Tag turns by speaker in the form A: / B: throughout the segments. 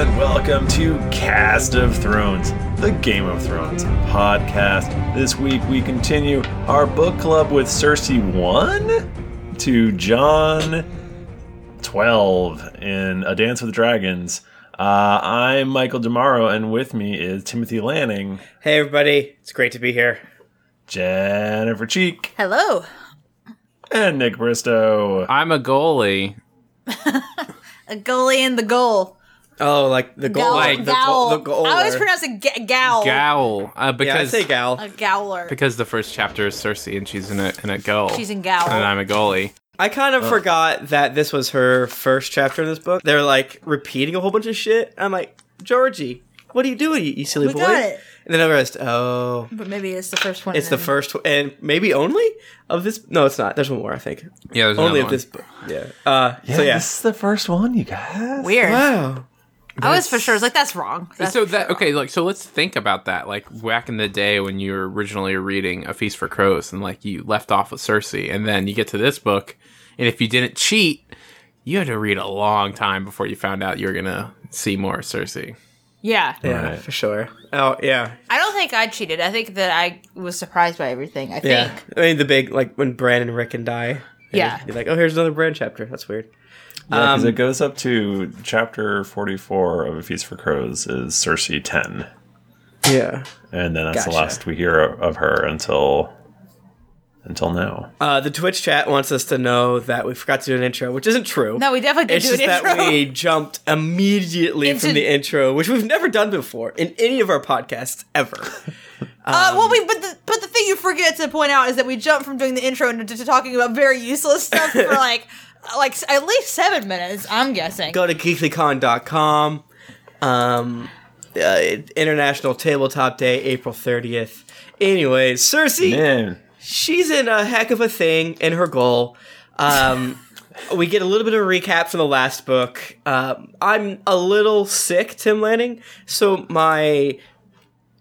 A: Welcome to Cast of Thrones, the Game of Thrones podcast. This week we continue our book club with Cersei 1 to John 12 in A Dance with Dragons. Uh, I'm Michael DeMaro, and with me is Timothy Lanning,
B: Hey everybody, it's great to be here.
A: Jennifer Cheek,
C: Hello.
A: and Nick Bristow.
D: I'm a goalie.
C: A goalie in the goal.
B: Oh, like the goal,
C: Gowl-
D: like the
C: gowl.
B: the goal.
C: I always pronounce it ga- gowl.
D: Gowl. Uh,
B: Yeah, I
D: because
B: say gal.
C: a gowler.
D: because the first chapter is Cersei and she's in a in a goal.
C: She's in
D: And
C: gowl.
D: I'm a goalie.
B: I kind of forgot that this was her first chapter in this book. They're like repeating a whole bunch of shit. I'm like, Georgie, what are you doing, you, you silly
C: We
B: boy?
C: got it.
B: And then I realized, oh,
C: But maybe it's the first one.
B: it's the
C: and-
B: first w- and maybe only of this. No, it's not. There's one more, I think.
D: Yeah, there's
B: only
D: another
B: of
D: one.
B: this book. Yeah. Uh, so yeah.
A: this is the first one, you guys.
C: Weird.
B: Wow.
C: I was for sure. I was like, that's wrong. That's
D: so that okay, like so let's think about that. Like back in the day when you were originally reading A Feast for Crows and like you left off with Cersei and then you get to this book and if you didn't cheat, you had to read a long time before you found out you were gonna see more Cersei.
C: yeah.
B: Yeah,
A: Right.
B: for sure. Oh yeah.
C: I don't think I cheated. I think that I was surprised by everything. I
B: Yeah.
C: think.
B: I mean, the big like when Bran and Rick and die.
C: Yeah.
B: You're like, oh, here's another Bran chapter. That's weird.
A: Because it goes up to chapter 44 of A Feast for Crows is Cersei 10.
B: Yeah.
A: And then that's the
B: Gotcha.
A: last we hear o- of her until until now.
B: Uh, the Twitch chat wants us to know that we forgot to do an intro, which isn't true.
C: No, we definitely did
B: it's
C: do an
B: just that
C: intro.
B: we jumped immediately
C: Into-
B: from the intro, which we've never done before in any of our podcasts ever.
C: uh,
B: um,
C: well, we but the but the thing you forget to point out is that we jumped from doing the intro into to talking about very useless stuff for like like s- at least seven minutes. I'm guessing.
B: Go to geeklycon.com. Um, uh, International Tabletop Day, April 30th. Anyway, Cersei,
A: Man,
B: she's in a heck of a thing in her goal. Um, we get a little bit of a recap from the last book. Um, I'm a little sick, Tim Lanning, so my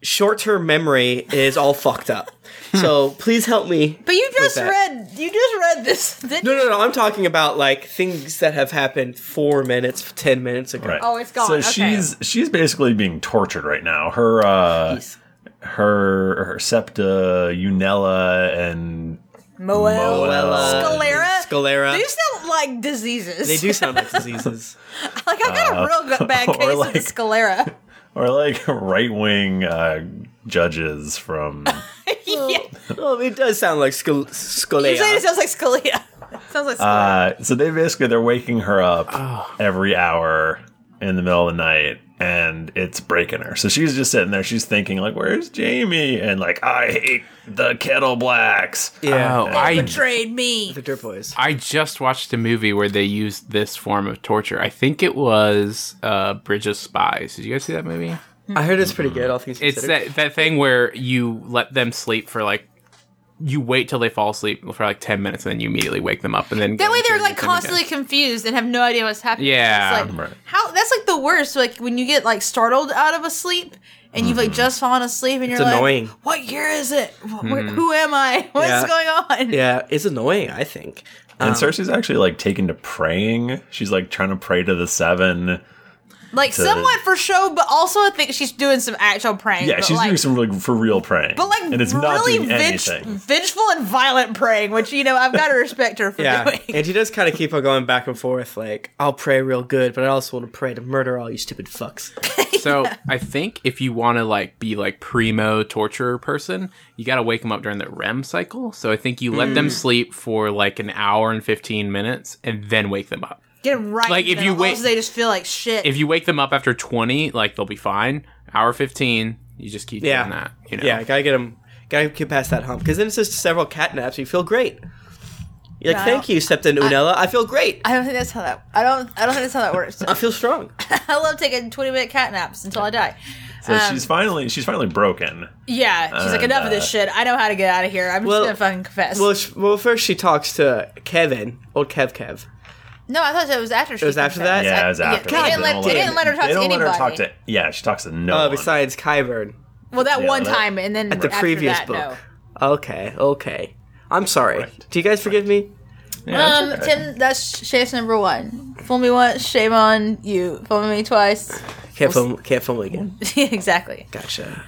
B: short-term memory is all fucked up. So please help me.
C: But you just
B: that.
C: read you just read this. Didn't
B: No,
C: you?
B: no, no. I'm talking about like things that have happened four minutes, ten minutes ago.
A: right.
C: Oh, it's gone.
A: So
C: Okay.
A: she's she's basically being tortured right now. Her uh
B: Jeez.
A: her her septa, Unella and
C: Moel.
A: Moella.
C: Scalera.
B: Scalera.
C: These sound like diseases.
B: They do sound like diseases.
C: Like I got a real good, bad
A: Uh, or
C: case of the
A: like-
C: sclera.
A: or like right-wing uh judges from
C: yeah,
B: well, it does sound like scal-
C: you say it
B: Scalera.
C: sounds like scalia. sounds like sclera.
A: Uh, so they basically they're waking her up every hour in the middle of the night and it's breaking her. So she's just sitting there, she's thinking like, Where's Jamie? And like, I hate the kettle blacks.
B: Yeah,
D: Oh, I
C: Betrayed me.
B: the Dirt Boys.
D: I just watched a movie where they used this form of torture. I think it was uh, Bridge of Spies. Did you guys see that movie?
B: I heard it's pretty good. All things
D: It's
B: considered.
D: that, that thing where you let them sleep for like you wait till they fall asleep for like ten minutes and then you immediately wake them up and then
C: That way they're
D: interrogate
C: like
D: them again.
C: constantly confused and have no idea what's happening.
D: Yeah.
C: It's like,
A: Right.
C: how that's like the worst. Like when you get like startled out of a sleep and you've like
A: Mm-hmm.
C: just fallen asleep and you're
B: annoying.
C: like, what year is it? Wh- wh-
A: Mm-hmm.
C: Who am I? What's
B: Yeah.
C: going on?
B: Yeah, it's annoying. I think.
A: And
C: Um,
A: Cersei's actually like taken to praying. She's like trying to pray to the seven.
C: Like somewhat for show, but also I think she's doing some actual praying.
A: Yeah,
C: but,
A: she's
C: like,
A: doing some like for real praying.
C: But like
A: and it's
C: really
A: not doing
C: venge-
A: anything.
C: vengeful and violent praying, which you know I've got to respect her for
B: Yeah,
C: doing.
B: and she does kind of keep on going back and forth. Like, I'll pray real good, but I also want to pray to murder all you stupid fucks.
D: So I think if you want to like be like primo torturer person, you got to wake them up during the REM cycle. So I think you let
C: Mm.
D: them sleep for like an hour and fifteen minutes and then wake them up.
C: Get right.
D: Like,
C: in
D: if
C: the
D: you
C: middle,
D: wait-
C: else they just feel like shit.
D: If you wake them up after twenty, like they'll be fine. Hour fifteen, you just keep
B: Yeah.
D: doing that. You know?
B: Yeah, gotta get them, gotta get past that hump because then it's just several cat naps. You feel great. You're like,
C: Yeah, I
B: thank you, Septa and Unella. I, feel great. I,
C: I don't think that's how that. I don't. I don't think that's how that works.
B: feel strong.
C: I love taking twenty minute cat naps until I die.
A: So
C: um,
A: she's finally she's finally broken.
C: Yeah, she's like
A: And,
C: enough of this
A: uh,
C: shit. I know how to get out of here. I'm
B: Well-
C: just gonna fucking confess.
B: Well, sh well, first she talks to Kevin, old Kev Kev.
C: no, I thought it was after. She
B: was after that?
C: confessed.
A: Yeah,
C: I-
A: it was after.
C: they didn't, let,
A: don't
C: they didn't let her talk
A: they
C: to
A: don't let
C: anybody.
A: her talk to. Yeah, she talks to no
B: Uh,
A: one.
B: besides Kyvern,
C: well, that
A: Yeah,
C: one
A: that-
C: time, and then
B: the
C: after
B: previous
C: that,
B: book.
C: no.
B: Okay, okay. I'm sorry. Do you guys forgive me?
A: Yeah,
C: um,
A: it's okay.
C: Tim, that's sh- shafts number one. Fool me once, shame on you. Fool me twice,
B: Can't film. Can't film again.
C: exactly.
B: Gotcha.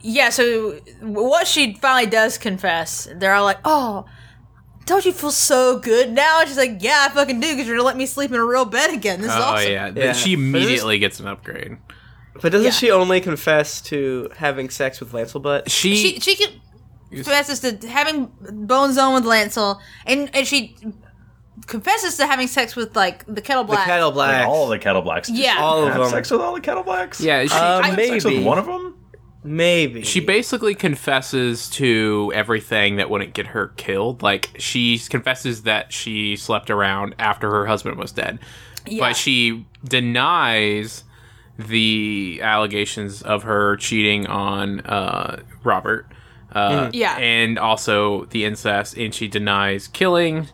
C: Yeah, so what she finally does confess, they're all like, oh, don't you feel so good now? And she's like, yeah, I fucking do, because you're going to let me sleep in a real bed again. This is
D: Oh
C: awesome.
D: yeah.
B: Yeah.
D: Then she immediately gets an upgrade.
B: But doesn't
C: Yeah.
B: she only confess to having sex with Lancelbut?
D: She,
C: She, she can confesses to having Bones on with Lancel, and, and she confesses to having sex with, like, the Kettle
B: The
C: Black.
B: Kettle
A: Like,
B: Blacks.
A: all the kettle blacks. Did
C: Yeah.
A: she
B: All of
A: have
B: them.
A: Sex with all the kettle blacks.
D: yeah, she,
B: Uh,
A: She had Sex with
B: maybe.
A: one of them.
B: Maybe
D: she basically confesses to everything that wouldn't get her killed. Like she confesses that she slept around after her husband was dead,
C: Yeah.
D: but she denies the allegations of her cheating on uh, Robert. Uh,
C: Mm. Yeah.
D: and also the incest, and she denies killing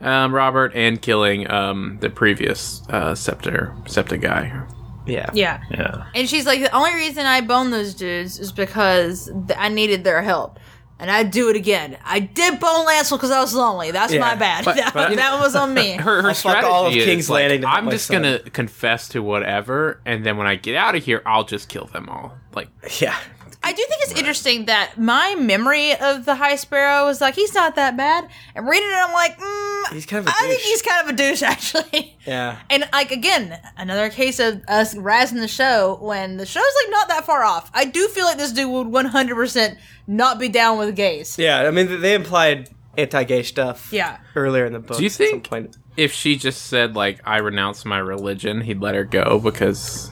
D: um, Robert and killing um, the previous uh, scepter septa guy.
B: Yeah.
C: yeah.
A: Yeah.
C: And she's like, the only reason I boned those dudes is because th- I needed their help. And I'd do it again. I did bone Lancel because I was lonely. That's
B: Yeah,
C: my bad.
D: but-
C: that,
D: but-
C: that one was on me.
D: her, her
B: I'll Oh, fuck
D: strategy
B: all of
D: is,
B: King's
D: like,
B: Landing to help
D: I'm
B: my
D: just
B: son.
D: gonna confess to whatever, and then when I get out of here, I'll just kill them all. Like,
B: Yeah.
C: I do think it's interesting that my memory of the High Sparrow was like, he's not that bad. And reading it, I'm like, mm,
B: He's kind of a
C: I think
B: douche.
C: he's kind of a douche, actually.
B: Yeah.
C: And like again, another case of us razzing the show when the show's like not that far off. I do feel like this dude would 100% not be down with gays.
B: Yeah. I mean, they implied anti-gay stuff.
C: Yeah.
B: Earlier in the book.
D: do you
B: At some
D: think
B: point.
D: if she just said like I renounce my religion, he'd let her go because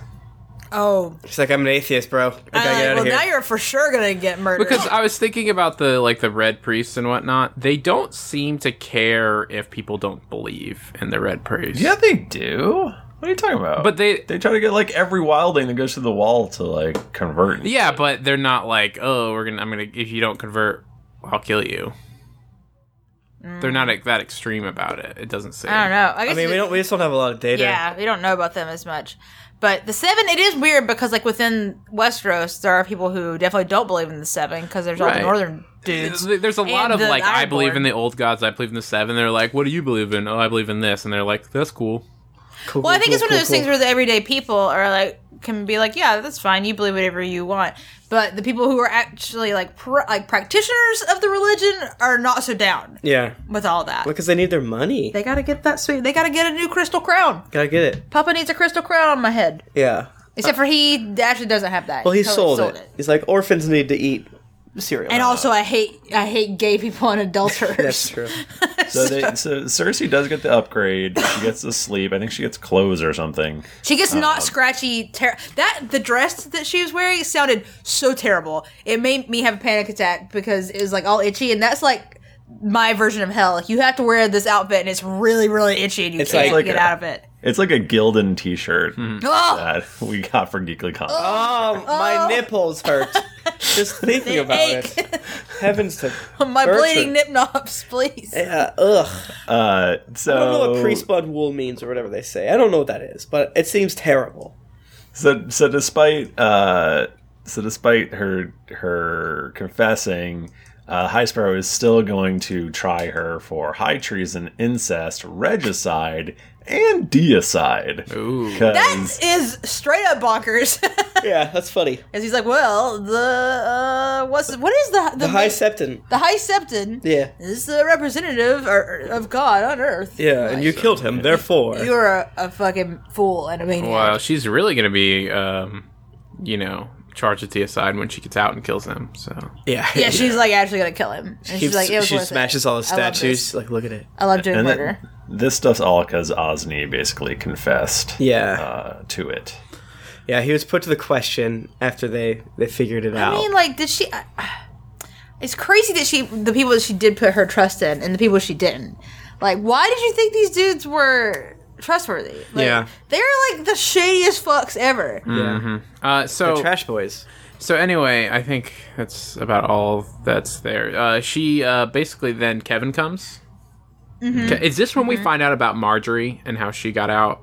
C: Oh,
B: She's like, I'm an atheist, bro. I gotta
C: I'm like,
B: get out
C: Uh, well,
B: of here.
C: now you're for sure gonna get murdered.
D: because I was thinking about the like the red priests and whatnot. They don't seem to care if people don't believe in the red priests.
A: Yeah, they do. What are you talking about?
D: but they.
A: they try to get like every wildling that goes through the wall to like convert.
D: Yeah, but they're not like, oh, we're gonna. I'm gonna. If you don't convert, I'll kill you. They're not like, that extreme about it. It doesn't say.
C: I don't know. I, guess
B: I mean, we
C: it-
B: don't. We just don't have a lot of data.
C: Yeah, we don't know about them as much. But the seven, it is weird because like within Westeros, there are people who definitely don't believe in the seven because there's all
D: Right.
C: the northern dudes.
D: Th- There's a lot
C: And
D: of
C: the
D: like, I
C: Ironborn.
D: believe in the old gods, I believe in the seven. They're like, what do you believe in? Oh, I believe in this. And they're like, that's cool.
B: Cool,
C: Well, I
B: cool,
C: think it's
B: cool,
C: one of those
B: cool,
C: things
B: cool.
C: where the everyday people are like can be like, yeah, that's fine. You believe whatever you want. But the people who are actually like pra- like practitioners of the religion are not so down
B: Yeah.
C: with all that.
B: Because they need their money.
C: They gotta get that sweet. They gotta get a new crystal crown.
B: gotta get it.
C: Papa needs a crystal crown on my head.
B: Yeah.
C: Except for he actually doesn't have that.
B: Well, he
C: totally
B: sold, it. He's like, orphans need to eat cereal.
C: And also, I hate I hate gay people and adulterers.
B: That's true.
A: So, they, so Cersei does get the upgrade. She gets the sleep. I think she gets clothes or something.
C: She gets not scratchy. Ter- that the dress that she was wearing sounded so terrible. It made me have a panic attack because it was like all itchy, and that's like my version of hell. Like you have to wear this outfit, and it's really really itchy, and you
B: It's
C: can't
B: like-
C: get out of it.
A: It's like a Gildan T-shirt
C: Oh,
A: that we got for GeeklyCon.
B: Oh, my
C: Oh.
B: nipples hurt. Just thinking
C: They
B: about
C: ache.
B: it. Heavens to.
C: my
B: Bertram.
C: bleeding nip knobs, please.
B: Yeah, ugh.
A: Uh, so
B: I don't know what pre spun wool means or whatever they say. I don't know what that is, but it seems terrible.
A: so so despite uh, so despite her her confessing, uh, High Sparrow is still going to try her for high treason, incest, regicide, and deicide.
D: Ooh.
A: 'Cause-
C: That is straight up bonkers.
B: Yeah, that's funny.
C: As he's like, well, the uh, what's what is the
B: The high
C: ma-
B: septon.
C: the high septon?
B: Yeah.
C: is the representative or, of God on Earth.
B: Yeah, and you killed him, therefore.
C: You're a, a fucking fool and a maniac.
D: Well, she's really going to be, um, you know, charged with DSI when she gets out and kills him. So.
B: yeah,
C: Yeah, she's like actually gonna kill him. And she's like, it was
B: she
C: worth
B: smashes
C: it.
B: all the
C: I love
B: statues.
C: this.
B: Like, look at it.
C: I love doing
A: And that-
C: murder.
A: this stuff's all because Osni basically confessed
B: Yeah.
A: uh, to it.
B: Yeah, he was put to the question after they they figured it out.
C: I mean, like, did she? I it's crazy that she, the people that she did put her trust in, and the people she didn't. Like, why did you think these dudes were trustworthy? Like,
B: Yeah. Mm.
C: they're like the shadiest fucks ever.
B: yeah.
D: Uh, so,
B: Trash boys.
D: so anyway, I think that's about all that's there. Uh, she uh, basically then Kevin comes.
C: Mm-hmm.
D: Ke- Is this when we find out about Marjorie and how she got out?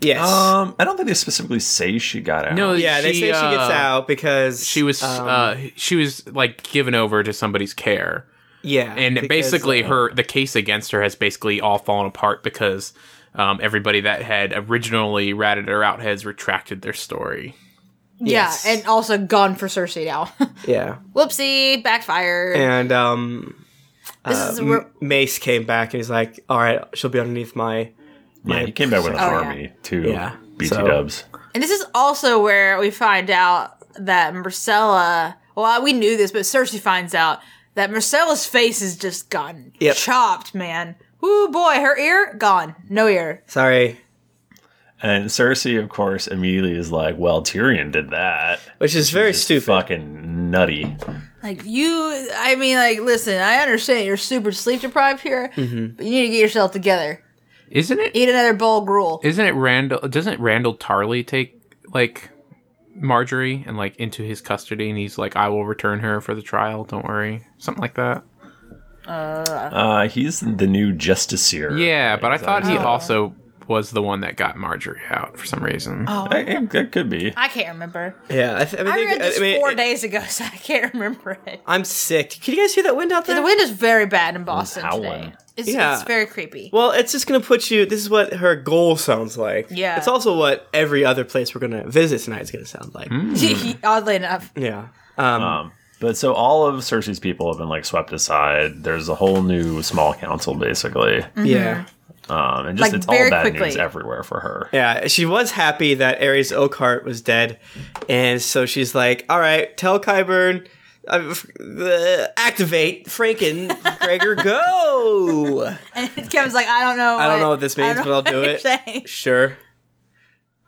B: Yes.
A: Um, I don't think they specifically say she got out.
D: No,
B: yeah, they say Uh, she gets
D: uh,
B: out um, because
D: She was uh, she was like given over to somebody's care.
B: yeah,
D: and
B: because,
D: basically
B: uh,
D: her the case against her has basically all fallen apart because um, everybody that had originally ratted her out has retracted their story.
B: Yes.
C: Yeah, and also gone for Cersei now.
B: Yeah.
C: Whoopsie, backfired.
B: And um,
C: This
B: uh,
C: is
B: M-
C: where-
B: Mace came back and he's like, "All right, she'll be underneath my."
A: Yeah, he came back with an
C: Oh, yeah.
A: army too.
D: Yeah,
A: BT
B: so-
A: Dubs.
C: And this is also where we find out that Marcella. Well, we knew this, but Cersei finds out that Marcella's face is just gone,
B: Yep.
C: chopped, man. Ooh boy, her ear gone, no ear.
B: Sorry,
A: And Cersei, of course, immediately is like, "Well, Tyrion did that.
B: which is very
A: Just
B: stupid.
A: Fucking nutty."
C: Like you, I mean, like listen, I understand you're super sleep deprived here,
B: Mm-hmm.
C: but you need to get yourself together.
D: Isn't it?
C: Eat another bowl of gruel.
D: Isn't it Randall? Doesn't Randall Tarley take like Marjorie and like into his custody, and he's like, "I will return her for the trial. Don't worry." Something like that.
A: Uh, he's the new Justiciar.
D: Yeah, but I thought he
C: Oh.
D: also was the one that got Marjorie out for some reason.
C: oh,
A: I, I- that could be.
C: I can't remember.
B: Yeah, I, th- I, think-
C: I
B: uh,
C: read this
B: I mean,
C: four days ago, so I can't remember it.
B: I'm sick. Can you guys hear that wind out there?
C: The wind is very bad in Boston
A: howling.
C: today. It's,
B: Yeah.
C: it's very creepy.
B: Well, it's just going to put you. This is what her goal sounds like.
C: Yeah.
B: It's also what every other place we're going to visit tonight is going to sound like.
C: Hmm. Oddly enough,
B: Yeah. Um,
A: Um, but so all of Cersei's people have been like swept aside. There's a whole new small council, basically,
B: Yeah.
C: Mm-hmm.
A: um, and just
C: Mm. Like,
A: it's all
C: very
A: bad news
C: quickly.
A: everywhere for her.
B: Yeah. She was happy that Ares Oakhart was dead. And so she's like, all right, tell Kyburn, uh, f- the- activate Franken, Gregor, go.
C: And Kevin's like, I don't know.
B: I don't know what this
C: I
B: means,
C: don't
B: but I'll
C: know
B: do
C: what
B: it.
C: you're saying.
B: Sure.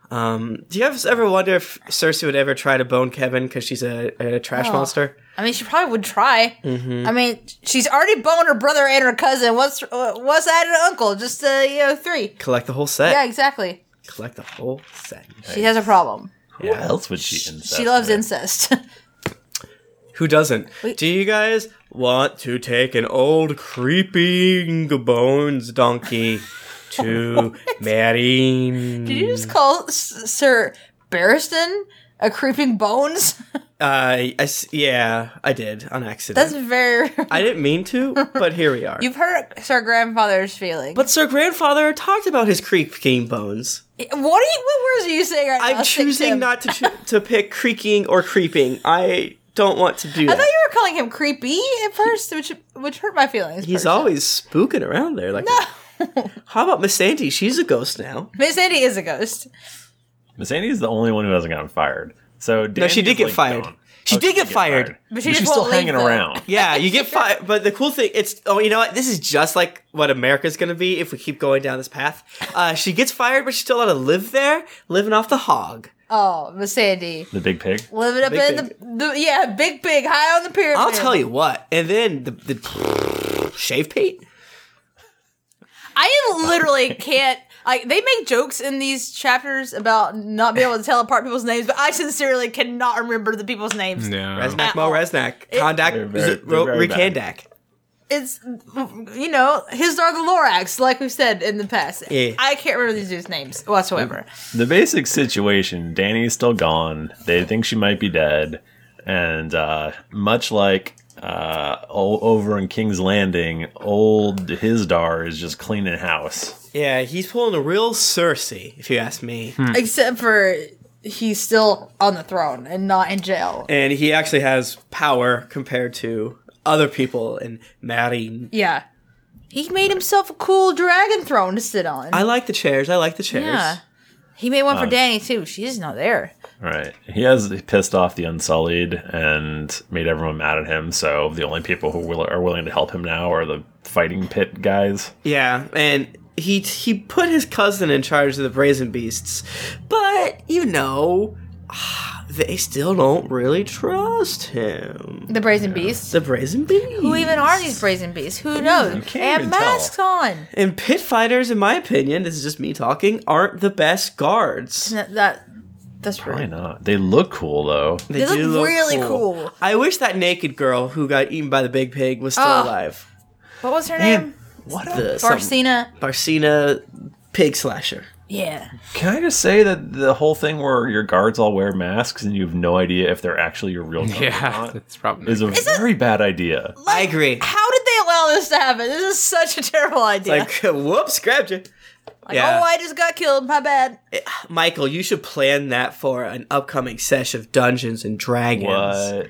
B: Um, do you guys ever wonder if Cersei would ever try to bone Kevin because she's a, a trash monster?
C: I mean, she probably would try.
B: Mm-hmm.
C: I mean, she's already boned her brother and her cousin. What's uh, what's added an uncle? Just uh, you know, three.
B: Collect the whole set.
C: Yeah, exactly.
B: Collect the whole set.
C: She has a problem.
A: Who else would she? Incest
C: she loves
A: with?
C: incest.
B: Who doesn't? Do you guys want to take an old creeping bones donkey to Marine?
C: Did you just call S- Sir Barristan a creeping bones?
B: Uh, I s- yeah, I did on accident.
C: That's very.
B: I didn't mean to, but here we are.
C: You've hurt Sir Grandfather's feelings.
B: but Sir Grandfather talked about his creaking bones.
C: what are you? What words are you saying right now?
B: I'm
C: Sick
B: choosing
C: Tim?
B: not to cho- to pick creaking or creeping. I don't want to do
C: I thought
B: that.
C: you were calling him creepy at first, which which hurt my feelings.
B: He's
C: personally.
B: always spooking around there. Like, how about Miss Sandy? She's a ghost now.
C: Miss Sandy is a ghost.
A: Miss Andy is the only one who hasn't gotten fired. So
B: No, she
A: Danny's,
B: did get
A: like,
B: fired.
A: gone.
B: She
A: Oh,
B: did get fired.
C: But she just
A: she's still
C: won't leave,
A: hanging
C: though.
A: around.
B: Yeah, you get fired. But the cool thing, it's oh, you know what? This is just like what America's going to be if we keep going down this path. Uh, she gets fired, but she's still allowed to live there, living off the hog.
C: Oh, Miss Sandy.
A: The big pig.
C: Living up
B: Big
C: in the, the yeah, big pig, high on the pyramid.
B: I'll tell you what. And then the, the shave Pete.
C: I literally can't. Like they make jokes in these chapters about not being able to tell apart people's names, but I sincerely cannot remember the people's names.
D: No.
B: Resnack Mo
C: Ow.
B: Resnack. Kondak
A: They're very-
B: Z- Ro-
A: they're very bad.
B: Rekandak.
C: It's you know his are the Lorax, like we've said in the past.
B: Yeah.
C: I can't remember these dudes' names whatsoever.
A: The basic situation: Danny's still gone. They think she might be dead, and uh, much like uh, o- over in King's Landing, old Hisdar is just cleaning house.
B: Yeah, he's pulling a real Cersei, if you ask me.
C: Except for he's still on the throne and not in jail.
B: And he actually has power compared to other people in Marine.
C: Yeah, he made himself a cool dragon throne to sit on.
B: I Uh. like the chairs. I like the chairs.
C: yeah, he made one for Danny too. She's not there.
A: Right? He has pissed off the Unsullied and made everyone mad at him. So the only people who will- are willing to help him now are the fighting pit guys.
B: Yeah, and he he put his cousin in charge of the Brazen Beasts, but you know, they still don't really trust him.
C: The brazen beast.
B: The Brazen Beasts.
C: Who even are these brazen beasts? Who knows?
A: can't
C: They have
A: even tell.
C: masks on.
B: And pit fighters, in my opinion, this is just me talking, aren't the best guards.
C: That, that- that's
A: Why
C: right.
A: not? They look cool though.
B: They,
C: look really cool.
B: I wish that naked girl who got eaten by the big pig was still
C: Oh.
B: alive.
C: What was her name?
A: What
B: The some-
C: Barcina.
B: Barcina pig slasher.
C: Yeah.
A: Can I just say that the whole thing where your guards all wear masks and you have no idea if they're actually your real guards or
D: Yeah,
A: not
D: that's probably.
A: is a very bad idea.
B: I agree.
C: How did they allow this to happen? This is such a terrible idea.
B: Like whoops, grabbed you.
C: Like,
B: Yeah.
C: oh, I just got killed. My bad.
B: Michael, you should plan that for an upcoming sesh of Dungeons and Dragons.
A: What?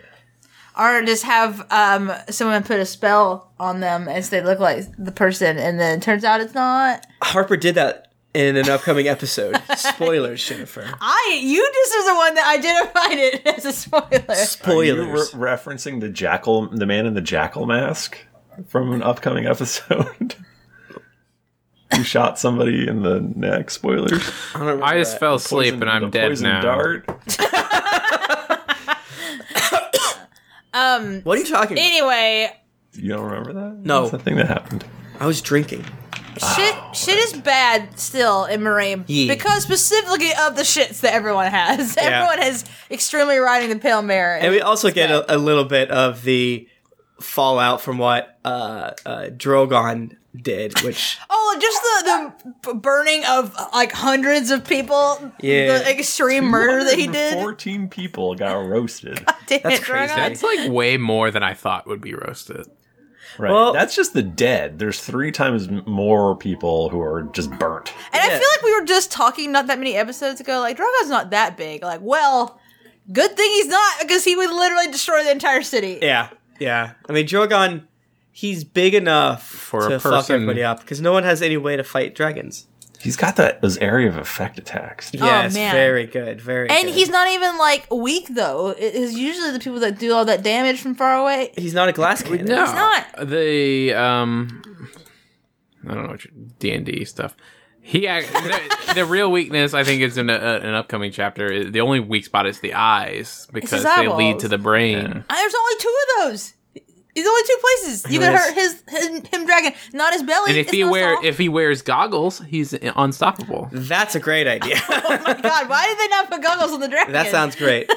C: Or just have um someone put a spell on them as they look like the person, and then it turns out it's not.
B: Harper did that in an upcoming episode. Spoilers, Jennifer.
C: I you just was the one that identified it as a spoiler.
A: Are you re-
B: Spoilers.
A: referencing the jackal, the man in the jackal mask from an upcoming episode? Who shot somebody in the neck? Spoilers.
B: I, don't remember
D: I just
B: that.
D: fell asleep
A: Poison-
D: and I'm
A: the
D: dead
A: poison
D: now.
A: Dart.
C: Um.
B: What are you talking about?
C: Anyway,
A: You don't remember that?
B: No.
A: It's a thing that happened.
B: I was drinking. Ah,
C: shit, shit is bad still in Moraine
B: Yeah.
C: because specifically of the shits that everyone has. Everyone is extremely riding the pale mare.
B: And we also get a, a little bit of the fallout from what uh, uh, Drogon did, which
C: oh, just the the b- burning of like hundreds of people.
B: Yeah.
C: the extreme murder that he did.
A: Fourteen people got roasted.
C: Damn,
B: That's crazy.
C: Drogon.
D: That's like way more than I thought would be roasted.
A: Right.
B: Well-
A: That's just the dead. There's three times m- more people who are just burnt.
C: And I
B: Yeah.
C: feel like we were just talking not that many episodes ago. Like Drogon's not that big. Like, well, good thing he's not because he would literally destroy the entire city.
B: yeah, yeah. I mean, Drogon, he's big enough
D: For
B: to
D: a
B: fuck
D: person-
B: everybody up because no one has any way to fight dragons.
A: He's got that those area of effect attacks.
B: Yeah, it's
C: Oh, man.
B: very good, very.
C: And
B: good.
C: he's not even like weak though. It is usually the people that do all that damage from far away.
B: he's not a glass cannon.
D: No,
C: He's not.
D: the um, I don't know D and D stuff. He ac- the, the real weakness I think is in a, a- an upcoming chapter. is- The only weak spot is the eyes because they lead
C: eyeballs.
D: to the brain.
C: And Uh, There's only two of those. There's only two places you can
B: Yes.
C: hurt his, his him dragon, not his belly.
D: And if
C: It's
D: he
C: not
D: wear
C: soft.
D: if he wears goggles, he's unstoppable. Um,
B: That's a great idea.
C: oh my god, why did they not put goggles on the dragon?
B: that sounds great.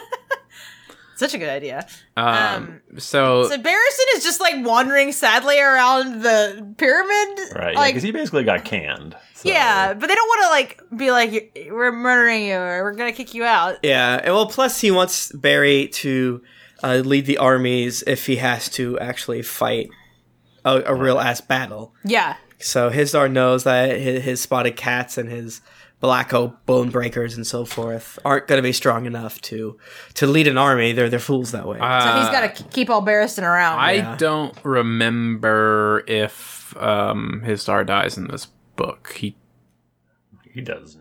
C: such a good idea.
D: Um, so,
C: So Barrison is just like wandering sadly around the pyramid,
A: Right.
C: Like,
A: Because he basically got canned. so-
C: Yeah, but they don't want to like be like "You're- we're murdering you or we're gonna kick you out.
B: Yeah, and well, plus he wants Barry to uh, lead the armies if he has to actually fight a, a real ass battle.
C: Yeah,
B: So Hizdar knows that his, his spotted cats and his Blacko bone breakers and so forth aren't going to be strong enough to to lead an army. They're they're fools that way.
C: so
D: uh,
C: he's got to keep all Barrison around.
D: I don't remember if um his star dies in this book. He
A: He does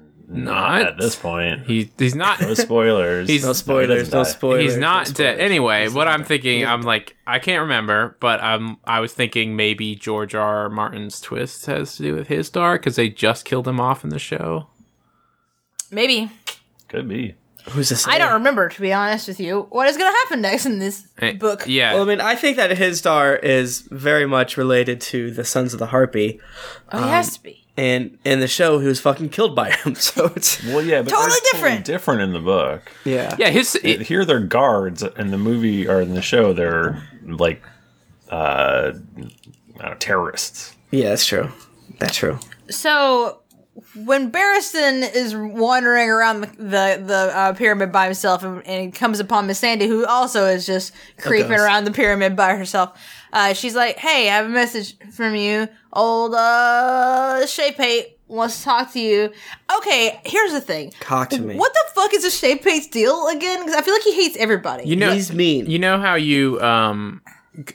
A: not
D: Not?
A: at this point.
D: he he's not
A: No spoilers.
D: He's-
B: no spoilers. No,
A: No, he doesn't die.
B: spoilers.
D: he's not
B: no
D: dead.
B: spoilers.
D: Anyway, what I'm thinking, I'm like, I can't remember, but um, I was thinking maybe George R. R. Martin's twist has to do with his star because they just killed him off in the show.
C: Maybe
A: Could be.
B: Who's this?
C: I don't remember to be honest with you. What is gonna happen next in this
D: Eh,
C: book?
D: Yeah.
B: Well, I mean, I think that Hizdar is very much related to the Sons of the Harpy,
C: oh, he
D: um,
C: has to be.
B: and in the show, he was fucking killed by him. So it's
A: Well, yeah, but
C: Totally
A: that's
C: different.
A: different in the book.
B: yeah,
D: yeah, his it-
A: Here they're guards, in the movie or in the show they're like uh, I don't know, terrorists.
B: yeah. That's true. That's true.
C: So when Barristan is wandering around the the, the uh, pyramid by himself and, and he comes upon Miss Sandy, who also is just creeping
B: ghost.
C: around the pyramid by herself, uh, she's like, "Hey, I have a message from you. Old uh, Shape Hate wants to talk to you." Okay, here's the thing.
B: Cock to me.
C: What the fuck is a Shape Hate's deal again? Because I feel like he hates everybody.
D: you know,
B: He's mean.
D: You know how you um,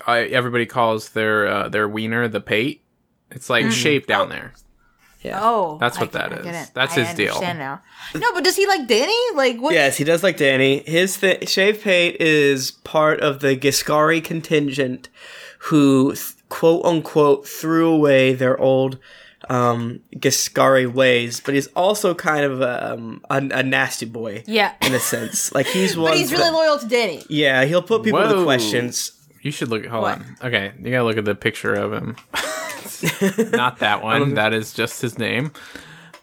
D: I, everybody calls their uh, their wiener the pate. It's like
B: Mm-hmm.
D: shape down there.
C: oh,
D: That's what
C: that
D: that
C: is.
D: is. That's his deal.
C: Now. No, but does he like Danny? Like what?
B: Yes, he does like Danny. His th- Shave Pate is part of the Giscari contingent who, th- quote unquote, threw away their old um, Giscari ways, but he's also kind of um, a, a nasty boy
C: Yeah.
B: in a sense. Like he's one.
C: But he's really
B: that-
C: loyal to Danny.
B: yeah, he'll put people to
D: Whoa.
B: questions.
D: You should look. Hold
C: What?
D: on. Okay, you gotta look at the picture of him. Not that one. that is just his name.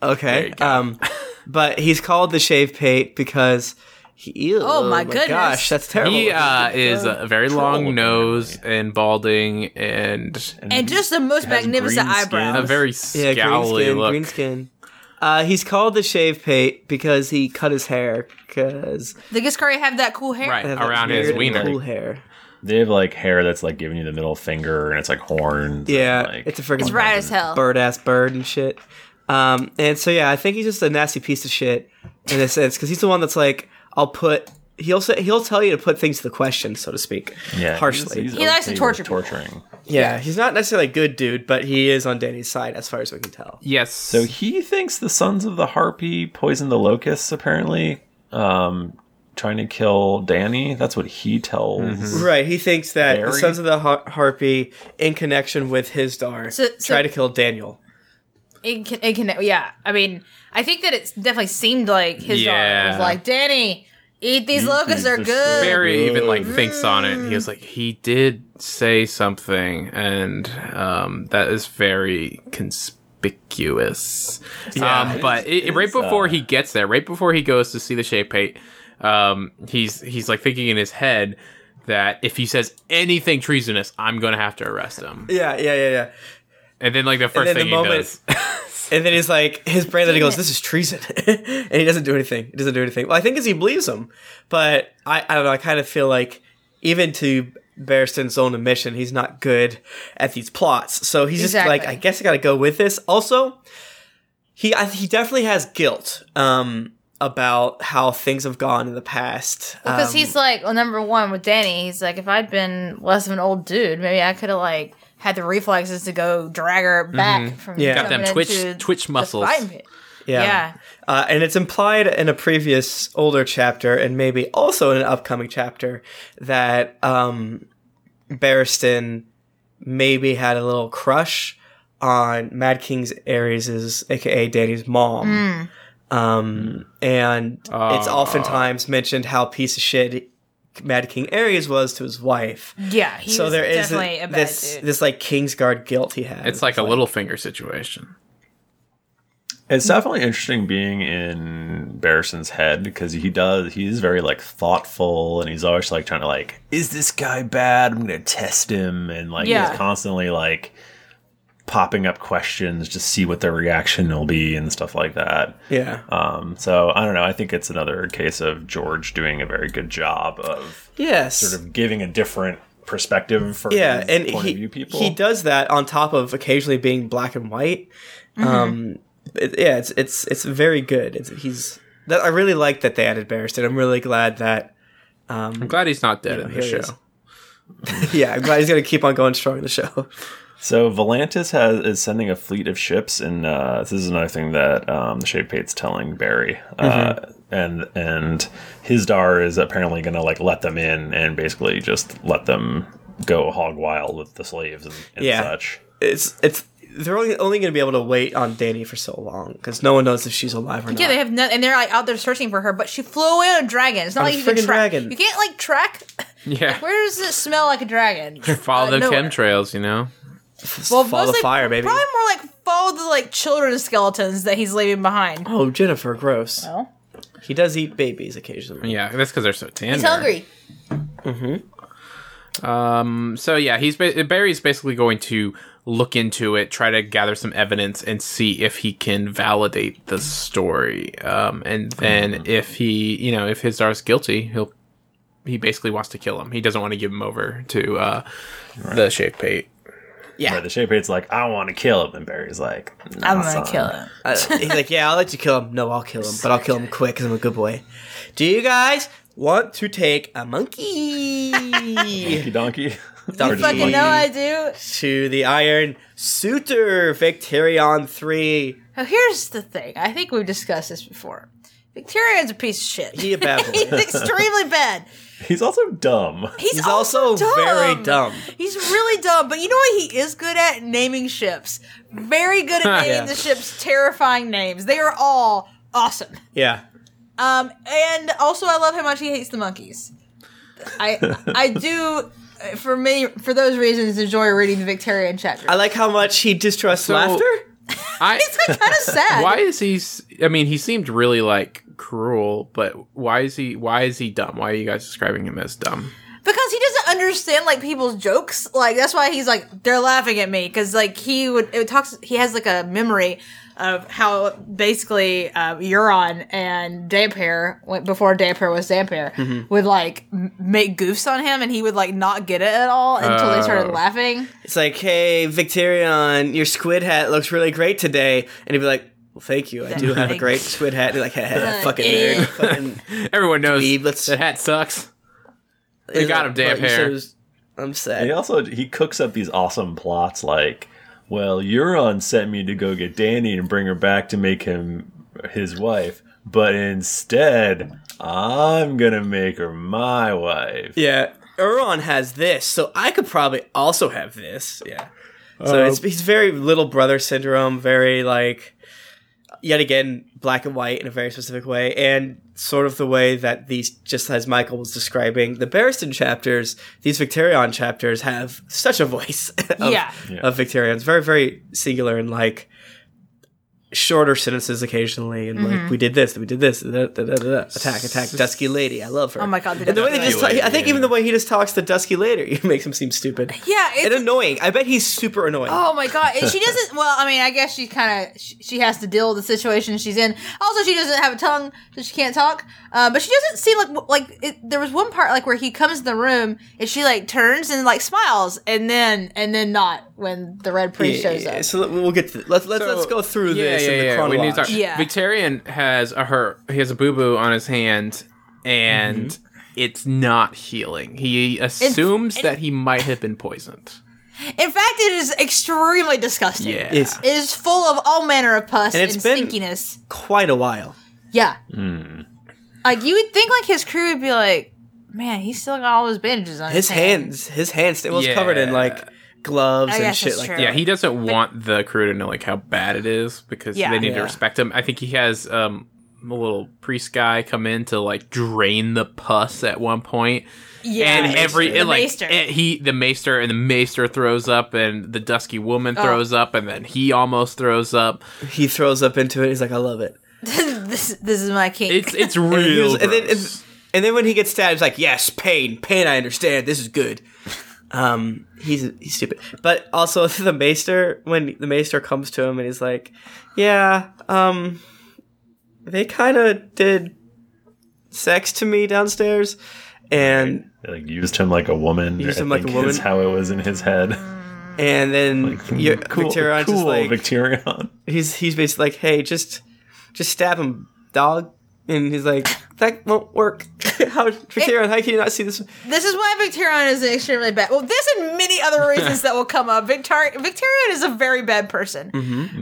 B: Okay. Um, but he's called the Shave Pate because. He, ew,
C: Oh my goodness.
B: Gosh, that's terrible.
D: He uh, is a very long
A: apparently.
D: nose and balding and
C: And just the most
A: has
C: magnificent
A: green
D: a
C: eyebrows.
D: very
B: Yeah,
D: scowly
B: green skin,
D: look.
B: green skin. Uh, he's called the Shave Pate because he cut his hair because
C: the Giscari have that cool hair.
D: Right. Around his wiener.
B: cool hair.
A: They have like hair that's like giving you the middle finger, and it's like horns. and,
B: Yeah,
A: like,
B: it's a freaking
C: It's right as hell.
B: bird ass bird and shit. Um, and so yeah, I think he's just a nasty piece of shit in a sense because he's the one that's like, I'll put. He'll say, he'll tell you to put things to the question, so to speak.
A: Yeah,
B: harshly.
A: he's- he's
C: He likes to
A: okay with
C: torture people.
A: torturing.
B: yeah, he's not necessarily a good dude, but he is on Danny's side as far as we can tell.
D: Yes.
A: So he thinks the sons of the harpy poisoned the locusts. Apparently, um, trying to kill Danny. That's what he tells.
B: Right, he thinks that the
A: Barry?
B: Sons of the Har- Harpy, in connection with his dar,
C: So- so-
B: try to kill Daniel.
C: It can, it can, yeah. I mean, I think that it definitely seemed like his daughter
D: Yeah.
C: was like, Danny, eat these
A: Eat
C: locusts,
A: these,
C: they're
A: they're
C: good.
A: so-
D: Barry even like
A: Good.
D: thinks on it. He was like, he did say something, and um, that is very conspicuous.
B: Yeah.
D: um, but it,
A: It
D: right
A: is,
D: before
A: uh,
D: he gets there, right before he goes to see the shape eight, um, he's he's like thinking in his head that if he says anything treasonous, I'm gonna have to arrest him.
B: Yeah, yeah, yeah, yeah.
D: And then like the first
B: then the
D: thing he
B: moment-
D: does,
B: And then he's like, his brain then he
C: Damn
B: goes,
C: it.
B: "This is treason," and he doesn't do anything. He doesn't do anything. Well, I think is he believes him, but I, I don't know. I kind of feel like even to Barristan's own admission, he's not good at these plots. So he's just like,
C: Exactly.
B: I guess I got to go with this. Also, he I, he definitely has guilt um, about how things have gone in the past.
C: Because
B: Um,
C: he's like, well, number one with Danny, he's like, if I'd been less of an old dude, maybe I could have like had the reflexes to go drag her back from
B: Yeah. Got
D: Mm-hmm. them
C: jumping
D: twitch-
C: into
D: twitch
C: the
D: muscles.
C: fighting pit.
B: yeah.
C: yeah.
B: Uh, and it's implied in a previous older chapter, and maybe also in an upcoming chapter, that um, Barristan maybe had a little crush on Mad King's Ares's, aka Danny's mom.
C: Hmm.
B: Um, and it's
D: Ah.
B: oftentimes mentioned how piece of shit Mad King Ares was to his wife.
C: Yeah, he
B: so
C: was
B: there is
C: definitely a bad
B: this
C: dude.
B: this like Kingsguard guilt he has.
D: it's like a little finger situation.
A: It's definitely interesting being in Barrison's head because he does he's very like thoughtful and he's always like trying to like is this guy bad? I'm gonna test him and like
C: Yeah.
A: he's constantly like popping up questions to see what their reaction will be and stuff like that.
B: yeah,
A: Um, so I don't know. I think it's another case of George doing a very good job of
B: yes,
A: sort of giving a different perspective for
B: yeah
A: his
B: and
A: point
B: he,
A: of view people.
B: he does that on top of occasionally being black and white
C: Mm-hmm.
B: um it- yeah it's it's it's very good it's, he's that i really like that they added barristan i'm really glad that
D: I'm glad he's not dead in
B: here
D: the
B: he
D: show.
B: is. yeah i'm glad he's gonna keep on going strong in the show
A: So Volantis has is sending a fleet of ships, and uh, this is another thing that um, the Shape Pate's telling Barry, uh, and and his Dar is apparently going to like let them in and basically just let them go hog wild with the slaves and, and
B: Yeah.
A: such.
B: it's it's they're only, only going to be able to wait on Danny for so long because no one knows if she's alive or not.
C: yeah, they have no, and they're like out there searching for her, but she flew away on a dragon. It's not
B: On a
C: like you can
B: friggin'
C: track.
B: dragon.
C: You can't like track.
D: Yeah.
C: Where does it smell like a dragon? Uh,
D: Follow the
C: nowhere.
D: chemtrails, you know.
B: well, follow the fire, baby.
C: Probably more like follow the like children's skeletons that he's leaving behind.
B: Oh, Jennifer, gross.
C: Oh.
B: He does eat babies occasionally.
D: Yeah, that's because they're so tender.
C: He's hungry.
D: Um, So yeah, he's ba- Barry's basically going to look into it, try to gather some evidence, and see if he can validate the story. Um, and then if he, you know, if his is guilty, he'll he basically wants to kill him. He doesn't want to give him over to uh, the shape pate.
B: Yeah.
A: Where the Shape Pate's like, I want to kill him, and Barry's like,
C: I'm
A: "Nah,
C: gonna
A: son."
C: kill him.
B: Uh, he's like, yeah, I'll let you kill him. No, I'll kill him, but I'll kill him quick because I'm a good boy. Do you guys want to take a monkey
A: Donkey donkey.
B: Donkey.
A: Or just
C: Fucking
A: monkey.
C: no, I do.
B: to the Iron Suitor Victorion Three?
C: Now, here's the thing. I think we've discussed this before. Victorian's a piece of shit.
B: He a bad boy.
C: He's extremely bad.
A: He's also dumb.
C: He's,
B: He's also very dumb.
C: He's really dumb, but you know what he is good at? Naming ships. Very good at naming
B: Yeah.
C: the ships terrifying names. They are all awesome.
B: Yeah,
C: Um, and also I love how much he hates the monkeys. I I do uh, for me for those reasons enjoy reading the Victorian chapter.
B: I like how much he distrusts
D: So-
B: laughter.
D: I
C: it's like kind of sad.
D: why is he? s- I mean, he seemed really like cruel, but why is he? Why is he dumb? Why are you guys describing him as dumb?
C: because he doesn't understand like people's jokes like that's why he's like they're laughing at me because like he would it talks he has like a memory of how basically uh, Euron and Dampier went before Dampier was Dampier
D: Mm-hmm.
C: would like m- make goofs on him and he would like not get it at all until they started
D: Oh.
C: laughing.
B: It's like, hey, Victorion, your squid hat looks really great today, and he'd be like, Well, thank you. I do have a great squid hat. You're like, fucking nerd.
C: idiot.
B: Fucking,
D: Everyone knows
B: Dweeb, let's-
D: that hat sucks. They got him, damn
B: What, you said it
D: hair.
B: was- I'm
A: And he
B: sad.
A: also he cooks up these awesome plots like, well, Euron sent me to go get Danny and bring her back to make him his wife, but instead I'm gonna make her my wife.
B: Yeah. Euron has this, so I could probably also have this. Yeah. So it's he's very little brother syndrome, very like yet again black and white in a very specific way, and sort of the way that these just as Michael was describing the Barristan chapters, these Victorion chapters have such a voice of,
C: Yeah.
A: Yeah.
B: of Victorions, very very singular and like shorter sentences occasionally, and
C: Mm-hmm.
B: like we did this, we did this, da, da, da, da, da. attack, attack, dusky lady, I love her.
C: Oh my God, they
B: and the
C: don't
B: way
C: do
B: they
C: that.
B: just, talk, I think even the way he just talks to dusky lady makes him seem stupid.
C: Yeah, it's
B: and annoying. I bet he's super annoying.
C: Oh my god, And she doesn't. Well, I mean, I guess she kind of she, she has to deal with the situation she's in. Also, she doesn't have a tongue, so she can't talk. Uh, but she doesn't seem like like it, there was one part like where he comes in the room and she like turns and like smiles and then and then not when the red priest shows
B: Yeah,
C: up.
B: So let- we'll get to let's let's, let's go through this in the
D: We need to
B: chronology.
D: talk-
C: Yeah.
D: Victorian has a hurt. He has a boo boo on his hand, and
B: Mm-hmm.
D: it's not healing. He assumes that he might have been poisoned.
C: in fact, it is extremely disgusting.
D: Yeah.
B: It's
C: It is full of all manner of pus
B: And
C: and,
B: it's been-
C: stinkiness.
B: quite a while.
C: Yeah. Like you would think, like his crew would be like, man, he's still got all those bandages on his,
B: His hands, his hands, it was
D: Yeah.
B: covered in like gloves
C: I
B: and
C: guess
B: shit
C: that's
B: like
C: true.
B: that.
D: Yeah, he doesn't want the crew to know like how bad it is because
C: Yeah.
D: they need
B: Yeah.
D: to respect him. I think he has um a little priest guy come in to like drain the pus at one point.
C: Yeah,
D: and every
C: the
D: it, like
C: maester.
D: it- he the maester and the maester throws up and the dusky woman
C: Oh.
D: throws up and then he almost throws up.
B: He throws up into it. He's like, I love it.
C: this, this is my kink.
D: It's it's
B: And, he
D: real.
B: was- and then, and,
D: gross.
B: and then when he gets stabbed, he's like, yes, pain, pain. I understand. This is good. Um, he's he's stupid, but also the maester when the maester comes to him and he's like, yeah, um, they kind of did sex to me downstairs, and
A: They, like used him like a woman.
B: Used
A: I
B: him like
A: think
B: a woman.
A: Is how it was in his head.
B: and then your-
A: cool,
B: Victorion's
A: cool
B: just like
A: Victorion.
B: he's he's basically like, hey, just just stab him, dog. And he's like, that won't work. how, Victorion, how can you not see this?
C: This is why Victorion is extremely bad. Well, this and many other reasons that will come up. Victor- Victorion is a very bad person.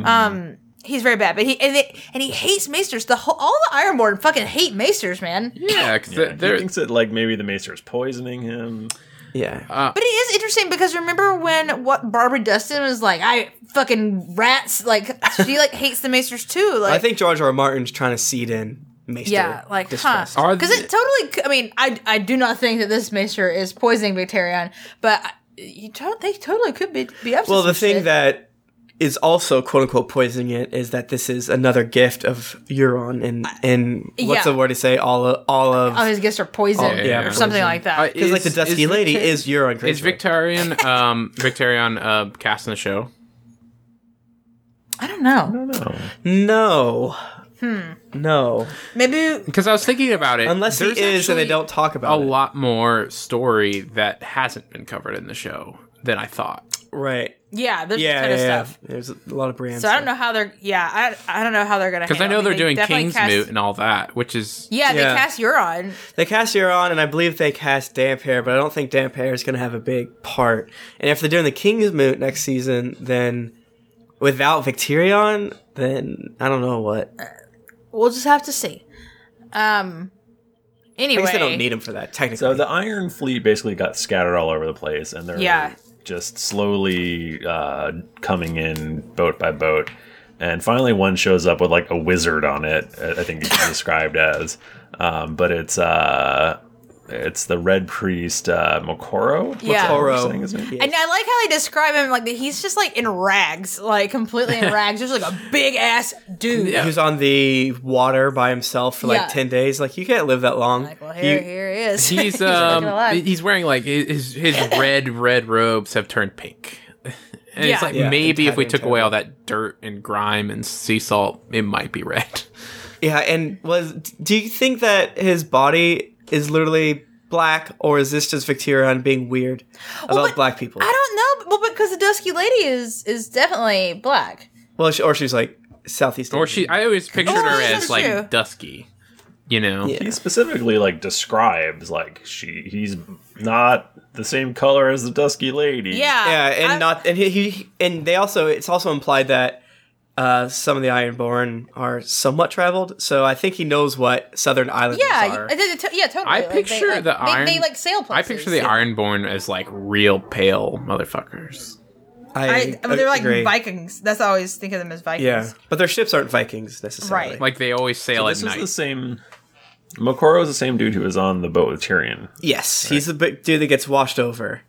C: Um, he's very bad, but he and, it, and he hates maesters. The whole all the Ironborn fucking hate maesters, man.
D: yeah, 'cause
A: Yeah, he
D: they're-
A: thinks that like maybe the Maester is poisoning him.
B: Yeah.
C: But it is interesting because remember when what Barbara Dustin was like, I fucking rats. Like she like hates the maesters too. Like
B: I think George R. R. Martin's trying to seed in Maester.
C: Yeah, like
B: distrust.
C: huh?
D: Are
C: Because
D: the-
C: it totally. c- I mean, I I do not think that this maester is poisoning Victorion, but I- you don't. They totally could be be up. to
B: Well, the
C: some
B: thing
C: shit.
B: that is also quote unquote poisoning it is that this is another gift of Euron and and what's
C: yeah.
B: the word to say all of, all of
C: Oh, his gifts are poison
B: yeah,
C: or something
B: poison.
C: like that.
D: Uh,
B: because like the
D: is-
B: Dusky
D: is
B: Lady
D: Victor-
B: is Euron.
D: is
B: Greyjoy.
D: Victorian um Victorian uh casting the show.
C: I don't know.
A: No.
B: No,
C: Hmm.
B: no,
C: Maybe
D: Because I was thinking about it.
B: unless he
D: there's
B: is and they
D: actually
B: don't talk
D: a
B: about it.
D: lot more story that hasn't been covered in the show than I thought.
B: Right?
C: yeah. There's a
B: Yeah,
C: ton
B: yeah,
C: of
B: yeah.
C: stuff.
B: There's a lot of brands.
C: So I don't know how they're. Yeah, I I don't know how they're gonna.
D: Because I know
C: handle it.
D: they're
C: They
D: doing
C: definitely
D: King's
C: cast-
D: Moot and all that, which is
C: Yeah, they
B: Yeah.
C: cast Euron.
B: They cast Euron, and I believe they cast Damp Hair, but I don't think Damp Hair is going to have a big part. And if they're doing the King's Moot next season, then without Victorion, then I don't know what. I
C: We'll just have to see. Um. Anyway,
B: guess they don't need him for that, technically.
A: So the Iron Fleet basically got scattered all over the place, and they're
C: Yeah.
A: just slowly uh, coming in boat by boat. And finally, one shows up with like a wizard on it. uh, I I think it's described as, um, but it's uh, it's the Red Priest uh, Mokoro.
C: Yeah.
B: Koro.
A: Saying his name?
B: Yeah.
C: And I like how they describe him like that he's just like in rags, like completely in rags. Just like a big ass dude.
B: He was on the water by himself for like
C: Yeah.
B: 10 days. Like, you can't live that long.
C: Like, well, here,
B: You-
C: here he is.
D: he's
C: not
D: um
C: gonna lie.
D: he's wearing like his his red red robes have turned pink. And
C: Yeah.
D: it's like
B: Yeah,
D: maybe if we
B: entirely,
D: took away all that dirt and grime and sea salt, it might be red.
B: Yeah, and was. Do you think that his body is literally black, or is this just Victorion being weird about
C: but
B: black people?
C: I don't know, but well, because the Dusky Lady is is definitely black.
B: Well, she, or she's like Southeast.
D: Or she, I always pictured
C: Oh,
D: her
C: that's
D: as
C: true.
D: like dusky, you know.
B: Yeah.
A: He specifically like describes like she he's not the same color as the dusky lady.
C: Yeah.
B: yeah, and
C: I-
B: not and he, he and they also it's also implied that uh, some of the Ironborn are somewhat traveled, so I think he knows what Southern Islanders
C: Yeah,
B: are.
C: I did- to- yeah, totally.
D: I
C: Like,
D: picture
C: they, like,
D: the
C: they-
D: iron.
C: They, like sail
D: I
C: places.
D: picture the Ironborn as like real pale motherfuckers.
C: I, I mean, they're like
B: agree.
C: Vikings. That's how I always think of them as Vikings.
B: Yeah, but their ships aren't Vikings necessarily.
C: Right.
D: Like they always sail
A: this
D: at
A: is
D: night.
A: the same. Makoro is the same dude who was on the boat with Tyrion.
B: yes, he's the big dude that gets washed over.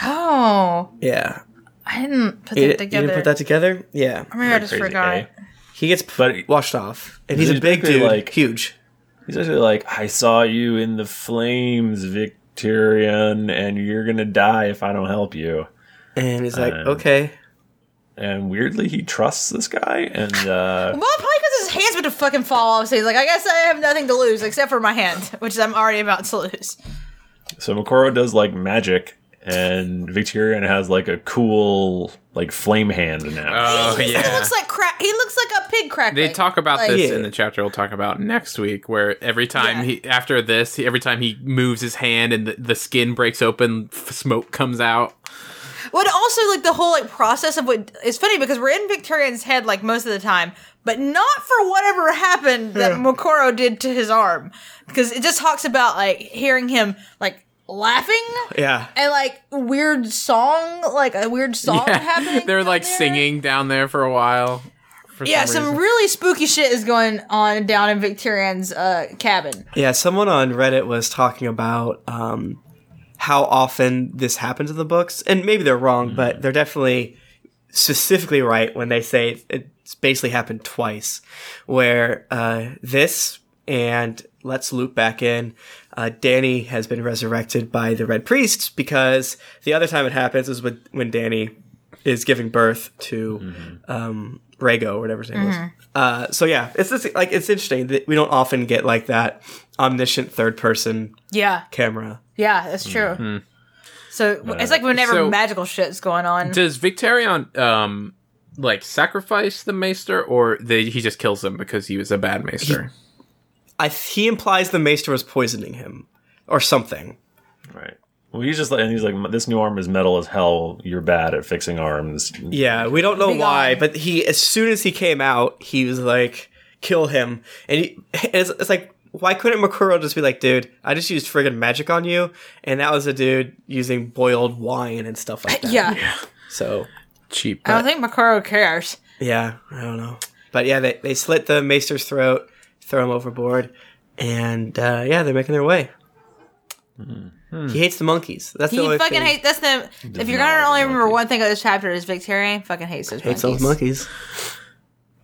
C: Oh,
B: Yeah,
C: I didn't put
B: you,
C: that
B: di- you
C: together.
B: didn't put that eh? together. Yeah,
C: I mean, I just
A: Crazy
C: forgot.
A: A.
B: he gets
A: But-
B: washed off, and he's a
A: He's
B: big
A: basically
B: dude,
A: like-
B: huge.
A: He's actually like, I saw you in the flames, Victorian, and you're gonna die if I don't help you.
B: And he's like,
A: Um,
B: okay,
A: And weirdly, he trusts this guy, and uh,
C: Well, probably because his hand's gonna fucking fall off. So he's like, I guess I have nothing to lose except for my hand, which I'm already about to lose.
A: so Makoro does like magic, and Victorian has like a cool like flame hand now.
D: oh
C: he, he
D: yeah.
C: looks like crack. He looks like a pig crack.
D: They talk about this
B: Yeah.
D: in the chapter we'll talk about next week, where every time
C: Yeah.
D: he after this, he, every time he moves his hand and the, the skin breaks open, f- smoke comes out.
C: But also, like the whole like process of what it's funny because we're in Victorian's head like most of the time, but not for whatever happened that Mokoro did to his arm, because it just talks about like hearing him like laughing
B: yeah.
C: and like weird song, like a weird song happening.
D: They're
C: down
D: like
C: there.
D: singing down there for a while. for
C: Yeah,
D: some
C: some
D: reason.
C: really spooky shit is going on down in Victorian's uh, cabin.
B: Yeah, someone on Reddit was talking about um, how often this happens in the books, and maybe they're wrong, but they're definitely specifically right when they say it's basically happened twice, where uh, this and let's loop back in. Uh, Danny has been resurrected by the Red Priests because the other time it happens is with, when Danny is giving birth to um, Rago or whatever his name was. Uh, so yeah, it's just, like it's interesting that we don't often get like that omniscient third person
C: Yeah,
B: camera.
C: yeah, that's true. So it's like whenever
D: so-
C: magical shit's going on.
D: Does Victarion um like sacrifice the Maester, or they, he just kills him because he was a bad Maester?
B: I he implies the Maester was poisoning him or something.
A: Right. Well, he's just like, and he's like, this new arm is metal as hell. You're bad at fixing arms.
B: Yeah, we don't know
C: Big
B: why,
C: eye.
B: but he as soon as he came out, he was like, "Kill him!" And he, it's, it's like, why couldn't Makuro just be like, "Dude, I just used friggin' magic on you," and that was a dude using boiled wine and stuff like that.
C: yeah.
B: So
D: Cheap. uh,
C: I don't think Makaro cares.
B: yeah, I don't know, but yeah, they they slit the Maester's throat, throw him overboard, and uh, yeah, they're making their way.
D: Mm-hmm.
B: He hates the monkeys. That's the
C: He
B: only
C: fucking
B: thing.
C: hates. That's the. If you're
A: not
C: gonna
A: like
C: only
A: the
C: remember
A: monkeys.
C: one thing of this chapter is Victorian fucking hates those
B: hates those
C: monkeys.
B: monkeys.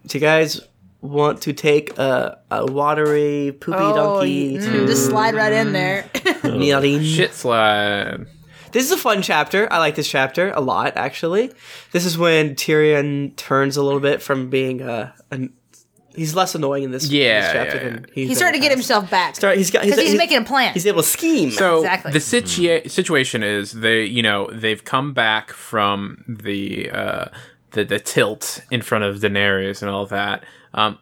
B: Do you guys want to take a, a watery poopy
C: Oh,
B: donkey
C: you-
B: to
C: mm, just slide right in there.
B: Meereen?
D: Shit slide.
B: This is a fun chapter. I like this chapter a lot, actually. This is when Tyrion turns a little bit from being a. an he's less annoying in this,
D: Yeah,
B: this chapter
D: yeah, yeah.
B: than he's
C: He's starting to get himself back.
B: Start, he's got.
C: 'Cause he's making a plan.
B: He's able to scheme.
D: So
C: Exactly.
D: the situa- situation is they, you know, they've come back from the uh, the the tilt in front of Daenerys and all that. Um,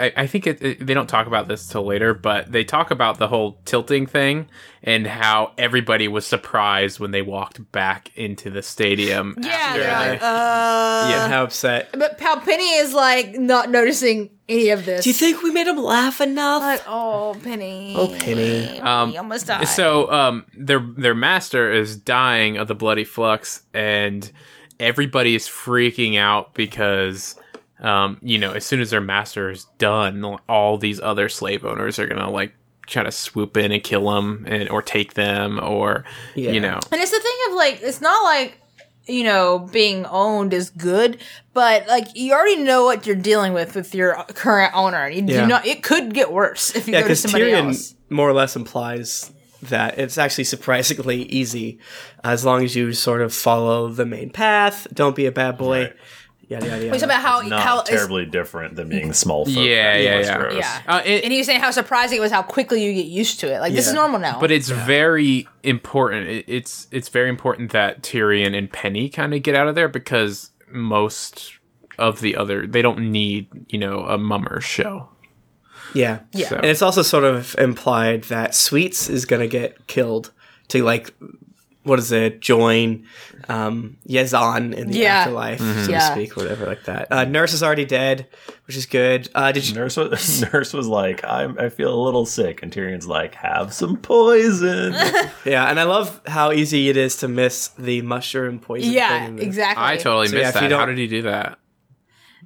D: I, I think it, it- they don't talk about this till later, but they talk about the whole tilting thing and how everybody was surprised when they walked back into the stadium.
C: yeah,
D: after
C: they're
D: they-
C: like, uh.
D: yeah.
B: how upset.
C: But Palpenny is like not noticing any of this.
B: Do you think we made him laugh enough?
C: Like, oh, Penny.
B: Oh, Penny.
C: Um, he almost died.
D: So um, their their master is dying of the bloody flux, and everybody is freaking out because um, you know as soon as their master is done, all these other slave owners are gonna like try to swoop in and kill them and or take them or
B: Yeah.
D: you know
C: And it's the thing of like, it's not like, you know, being owned is good, but like you already know what you're dealing with with your current owner. You
B: Yeah.
C: do not. It could get worse if you
B: Yeah,
C: go to
B: because
C: somebody
B: Tyrion
C: else.
B: more or less implies that it's actually surprisingly easy as long as you sort of follow the main path, don't be a bad boy. Yada yada
C: He's
B: yada.
C: talking about how
A: Not
C: how it's-
A: terribly different than being small folk.
D: yeah yeah yeah,
A: Westeros.
C: yeah.
D: Uh, it-
C: and he was saying how surprising it was how quickly you get used to it. Like this is
B: Yeah.
C: normal now.
D: But it's very important. It, it's it's very important that Tyrion and Penny kind of get out of there because most of the other. They don't need you know a mummer show.
B: Yeah.
C: Yeah.
D: So-
B: And it's also sort of implied that Sweets is going to get killed to like what is it? Join um Yazan in the
C: Yeah. Mm-hmm.
B: afterlife, so
C: Yeah.
B: to speak, whatever like that. Uh, Nurse is already dead, which is good. Uh did you
A: Nurse was, nurse was like, I'm, I feel a little sick. And Tyrion's like, have some poison.
B: Yeah, and I love how easy it is to miss the mushroom poison thing
C: Yeah,
B: in the-
C: exactly.
D: I totally
B: So, yeah,
D: missed
B: if you
D: that. How
B: don't-
D: did he do that?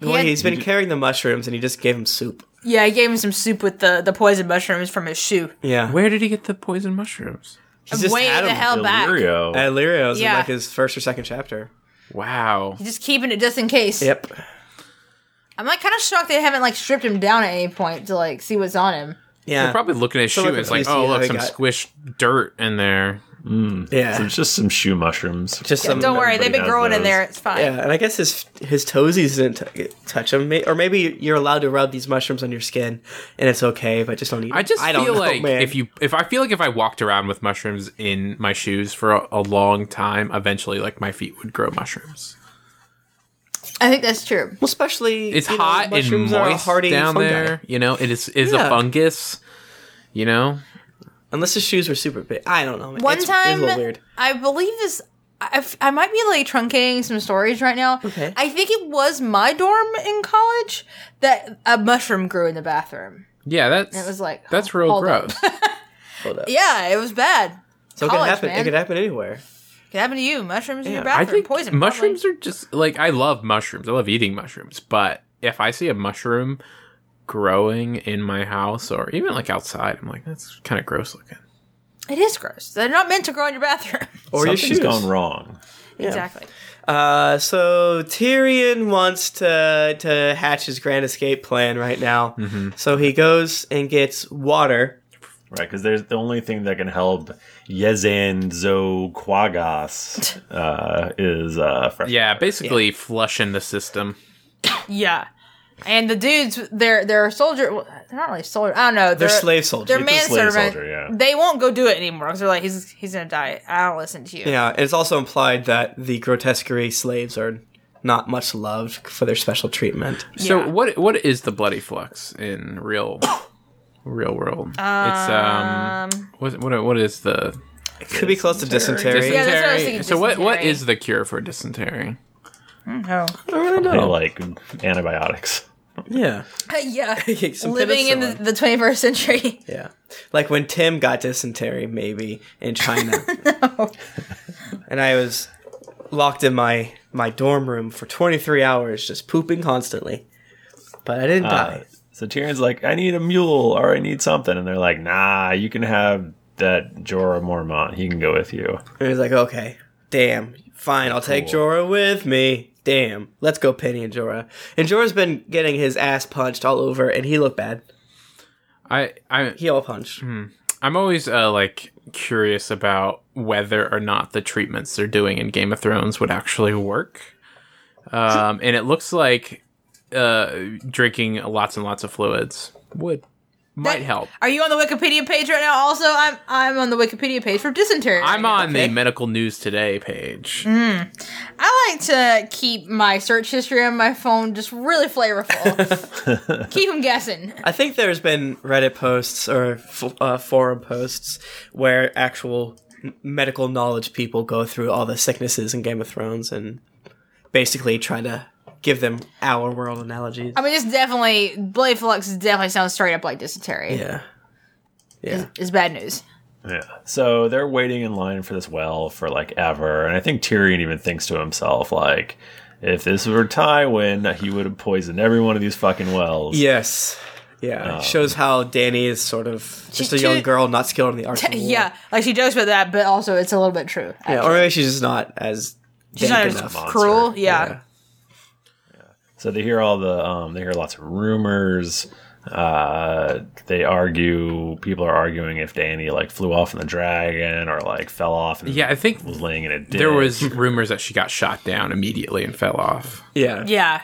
B: Boy,
C: had-
B: he's been carrying the mushrooms and he just gave him soup.
C: Yeah, I gave him some soup with the, the poison mushrooms from his shoe.
B: Yeah.
D: Where did he get the poison mushrooms?
B: He's just
C: Way
B: had
C: the
B: him
C: hell back. He's
A: Illyrio.
B: at Lyrio's Uh, in
C: Yeah.
B: like his first or second chapter.
D: Wow.
C: Just keeping it just in case.
B: Yep.
C: I'm like kind of shocked they haven't like stripped him down at any point to like see what's on him.
B: Yeah.
D: They're probably looking at his
B: So
D: shoe.
B: look
D: and
B: at
D: It's
B: the
D: like,
B: PC,
D: oh,
B: how
D: look,
B: he
D: some
B: got-
D: squished dirt in there.
B: yeah.
A: It's just some shoe mushrooms.
B: just some
C: Don't worry,
A: everybody
C: they've been
A: has
C: growing in
A: those.
C: there. It's fine.
B: Yeah, and I guess his his toesies didn't t- touch him, May- or maybe you're allowed to rub these mushrooms on your skin, and it's okay, but just don't eat.
D: I just
B: I don't
D: feel
B: know,
D: like
B: man.
D: if you if I feel like if I walked around with mushrooms in my shoes for a, a long time, eventually like my feet would grow mushrooms.
C: I think that's true.
B: well, especially
D: It's
B: you know,
D: hot and
B: mushrooms are a
D: moist
B: hardy
D: down
B: fungi.
D: there. You know, it is is
B: Yeah.
D: a fungus. You know,
B: Unless his shoes were super big, I don't know. man.
C: One
B: it's, it's
C: time,
B: a little weird.
C: I believe this. I, f- I might be like truncating some stories right now.
B: Okay.
C: I think it was my dorm in college that a mushroom grew in the bathroom.
D: yeah, that's
C: It was like
D: that's real
C: hold up.
D: gross.
B: Hold up.
C: Yeah, it was bad.
B: so it could
C: college,
B: happen. It
C: man.
B: could happen anywhere.
C: It could happen to you. Mushrooms in your
B: Yeah, I
D: I
C: bathroom.
D: think
C: Poison.
D: mushrooms are just like I love mushrooms. I love eating mushrooms, but if I see a mushroom growing in my house or even like outside, I'm like, that's kind of gross looking.
C: probably. It is gross. They're not meant to grow in your bathroom.
B: Or your
A: Something's
B: shoes.
A: gone wrong.
C: Exactly.
B: Uh, so Tyrion wants to to hatch his grand escape plan right now. So he goes and gets water.
A: Right, because there's the only thing that can help Yezan Zoquagas uh, is uh, fresh.
D: Yeah, basically flushing the system.
C: Yeah. And the dudes, they're they're soldier. well, They're not really soldier. I don't know.
B: They're
C: They're,
B: slave
C: They're
B: soldiers.
A: a
C: man
A: slave
C: servant.
A: soldier, yeah.
C: They won't go do it anymore because they're like, he's he's gonna die. I don't listen to you.
B: Yeah, and it's also implied that the grotesquerie slaves are not much loved for their special treatment.
D: So
C: Yeah.
D: what what is the bloody flux in real real world? it's um what what, what is the
B: It could be close to dysentery.
C: Yeah, that's what I was
D: dysentery?
C: thinking,
D: so what what
C: dysentery.
D: is the cure for dysentery?
C: Oh.
A: They like antibiotics.
B: Yeah,
C: yeah.
B: Some
C: Living in the,
B: penicillin.
C: the 21st century.
B: yeah. Like when Tim got dysentery, maybe in China, and I was locked in my my dorm room for 23 hours, just pooping constantly. But I didn't
A: Uh,
B: die.
A: so Tyrion's like, I need a mule or I need something. And they're like, nah, you can have that Jorah Mormont. He can go with you.
B: And he was like, okay, damn, fine, I'll take Jorah with me. Damn, let's go, Penny and Jorah. And Jorah's been getting his ass punched all over, and he looked bad.
D: I I
B: He all punched.
D: I'm always uh, like curious about whether or not the treatments they're doing in Game of Thrones would actually work. Um, and it looks like uh, drinking lots and lots of fluids would might
C: That-
D: help.
C: Are you on the Wikipedia page right now? Also, I'm I'm on the Wikipedia page for dysentery.
D: I'm on
B: okay.
D: the medical news today page.
C: I like to keep my search history on my phone just really flavorful. keep them guessing.
B: I think there's been Reddit posts or f- uh, forum posts where actual m- medical knowledge people go through all the sicknesses in Game of Thrones and basically try to give them our world analogies.
C: I mean, this definitely blade flux definitely sounds straight up like dysentery.
B: yeah. Yeah.
C: It's bad news.
A: Yeah. So they're waiting in line for this well for like ever. And I think Tyrion even thinks to himself, like, if this were Tywin, he would have poisoned every one of these fucking wells.
B: Yes. Yeah. it shows how Danny is sort of just a
C: she-
B: young girl not skilled in the arts. of war.
C: Yeah, like she jokes about that, but also it's a little bit true.
B: Yeah, Or maybe she's just not as.
C: She's not
B: dank
C: as
B: enough.
A: Monster.
C: cruel. Yeah.
A: So they hear all the um, they hear lots of rumors. Uh, they argue. People are arguing if Danny like flew off in the dragon or like fell off. And
D: Yeah, I think
A: was laying in a ditch.
D: there was rumors that she got shot down immediately and fell off.
B: Yeah.
C: Yeah.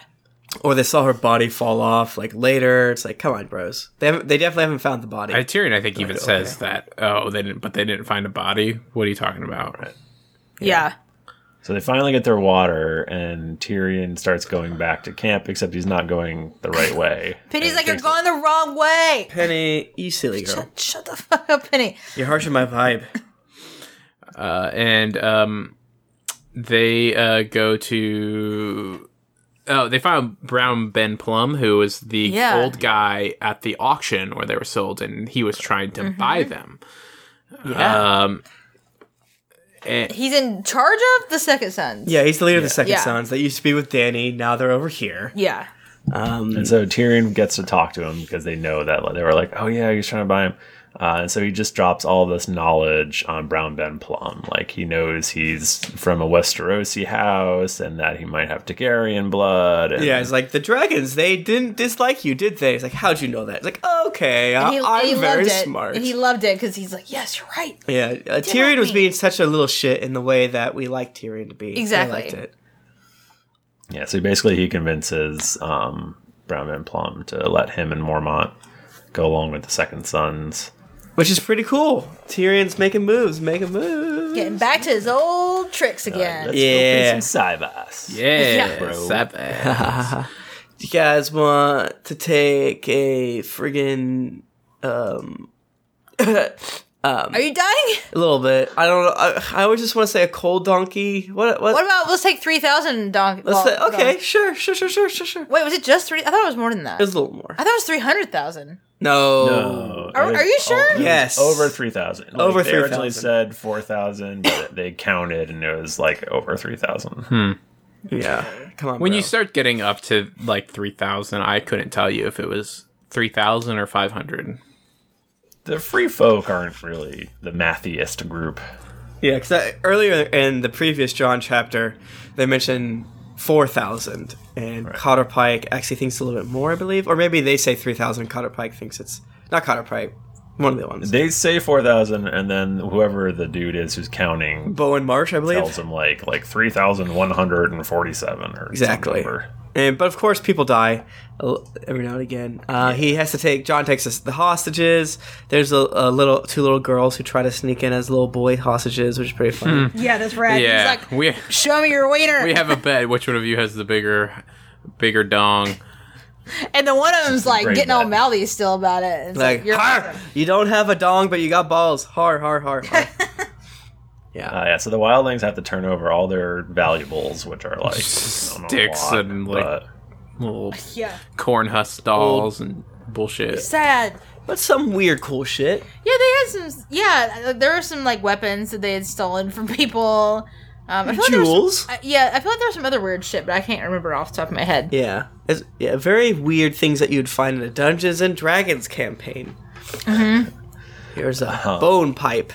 B: Or they saw her body fall off like later. It's like, come on, bros. They haven't, they definitely haven't found the body.
D: Uh, Tyrion, I think, even says that. Oh, they didn't, but they didn't find a body. What are you talking about?
C: Yeah.
A: So they finally get their water, and Tyrion starts going back to camp, except he's not going the right way.
C: Penny's
A: And
C: like, you're
A: takes-
C: going the wrong way.
B: Penny, you silly girl.
C: Shut, shut the fuck up, Penny.
B: You're harshing my vibe.
D: uh, and um, they uh, go to oh they found brown ben plum who was the
C: Yeah.
D: old guy at the auction where they were sold and he was trying to
C: Mm-hmm.
D: buy them
B: Yeah.
D: um eh, and,
C: He's in charge of the Second Sons.
B: yeah, he's the leader of the Second
C: Yeah.
B: Sons. They used to be with Danny. Now they're over here.
C: Yeah.
B: Um,
A: And so Tyrion gets to talk to him because they know that they were like, oh yeah, he's trying to buy him. Uh, and so he just drops all this knowledge on Brown Ben Plum. Like he knows he's from a Westerosi house and that he might have Targaryen blood. And
B: yeah, it's like the dragons. They didn't dislike you, did they? It's like, how'd you know that? It's like, okay, I,
C: And he,
B: I'm
C: and he
B: very
C: loved it.
B: smart.
C: And he loved it because he's like, yes, you're right.
B: yeah, uh, Tyrion was
C: me.
B: being such a little shit in the way that we like Tyrion to be. I
C: Exactly.
B: liked it.
A: Yeah, so basically he convinces um, Brown Ben Plum to let him and Mormont go along with the Second Sons.
B: Which is pretty cool. Tyrion's making moves, making moves.
C: Getting back to his old tricks again.
A: Let's
B: Yeah.
A: go play some Cybus.
D: yeah,
A: bro.
D: Sabbath.
B: Do you guys want to take a friggin'
C: Are you dying?
B: a little bit? I don't know. I, I always just want to say a cold donkey. What? What?
C: What about let's take three thousand donkey?
B: let's say, okay, sure, sure, sure, sure, sure, sure. It
C: Wait, was it just three? I thought it was more than that.
B: was a little more.
C: I thought it was three hundred thousand.
B: No.
A: No,
C: Are-
A: Oh, it was
C: are you sure?
A: o- it was
B: Yes.
A: over three thousand.
B: Over
A: they originally
B: 3,000.
A: said four thousand, but they counted and it was like over three thousand.
B: Yeah. Come on.
D: when
B: bro.
D: you start getting up to like 3000 i couldn't tell you if it was 3000 or 500
A: The free folk aren't really the mathiest group.
B: Yeah, because earlier in the previous John chapter, they mentioned 4,000, and Cotter Pike actually thinks a little bit more, I believe. Or maybe they say 3,000, Cotter Pike thinks it's. Not Cotter Pike, one of the ones.
A: They say four thousand, and then whoever the dude is who's counting
B: Bowen Marsh, I believe.
A: tells him like like three thousand one hundred and forty-seven or
B: Exactly.
A: Some number.
B: And, but of course, people die a l- every now and again. Uh, He has to take John takes us the hostages. There's a, a little two little girls who try to sneak in as little boy hostages, which is pretty funny.
C: Yeah, that's right.
D: yeah
C: He's like,
D: we
C: show me your wiener.
D: we have a bet which one of you has the bigger bigger dong
C: and then one of them's like
A: great
C: getting all
A: bet.
C: mouthy still about it. It's like,
B: like,
C: you're
B: har!
C: awesome.
B: You don't have a dong, but you got balls. Har har har har. yeah.
A: Uh, yeah, so the wildlings have to turn over all their valuables, which are like I don't know, a
D: Sticks
A: lot,
D: and, like-
A: but-
D: little
C: Yeah.
D: corn husk dolls and bullshit
C: Sad.
B: But some weird cool shit.
C: Yeah, they had some. Yeah, uh, there were some like weapons that they had stolen from people. Um, I feel like there was some-
B: Jewels.
C: I- yeah, I feel like there was some other weird shit, but I can't remember off the top of my head.
B: Yeah. It's, yeah, very weird things that you'd find in a Dungeons and Dragons campaign.
C: Mm-hmm.
B: Here's a
A: Uh-huh.
B: bone pipe.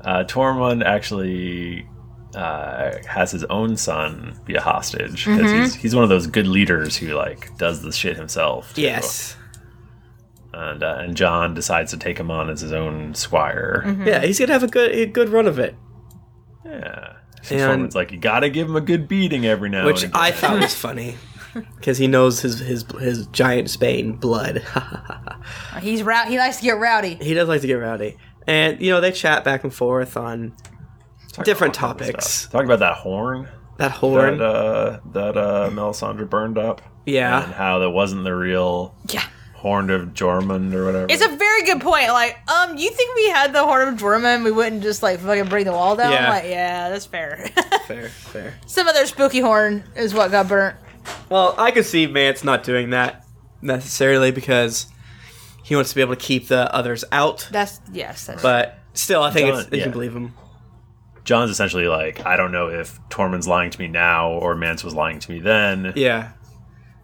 A: Uh, Tormund actually uh, has his own son be a hostage because
B: Mm-hmm.
A: he's, he's one of those good leaders who like does the shit himself. too.
B: Yes.
A: and uh, and John decides to take him on as his own squire.
B: Yeah, he's gonna have a good a good run of it.
A: Yeah,
B: And-
A: and Tormund's like, you gotta give him a good beating every now
B: which
A: and again.
B: I thought was funny because he knows his his his giant Spain blood.
C: He's rou- He likes to get rowdy.
B: he does like to get rowdy, and you know they chat back and forth on
A: Talk
B: different
A: about all kinds of
B: topics.
A: stuff. Talk about that horn
B: that horn.
A: that uh, that uh, Melisandre burned up.
B: Yeah.
A: and how that wasn't the real
C: Yeah.
A: horn of Jormund or whatever.
C: It's a very good point. Like, um, you think we had the Horn of Dwarven, we wouldn't just like fucking bring the wall down?
B: Yeah.
C: Like, yeah, that's fair.
B: fair, fair.
C: Some other spooky horn is what got burnt.
B: Well, I could see Vance not doing that necessarily because he wants to be able to keep the others out,
C: That's yes. That's,
B: but still, I think
A: John,
B: it's, you
A: yeah.
B: can believe him.
A: John's essentially like, I don't know if Tormund's lying to me now or Mance was lying to me then.
B: Yeah,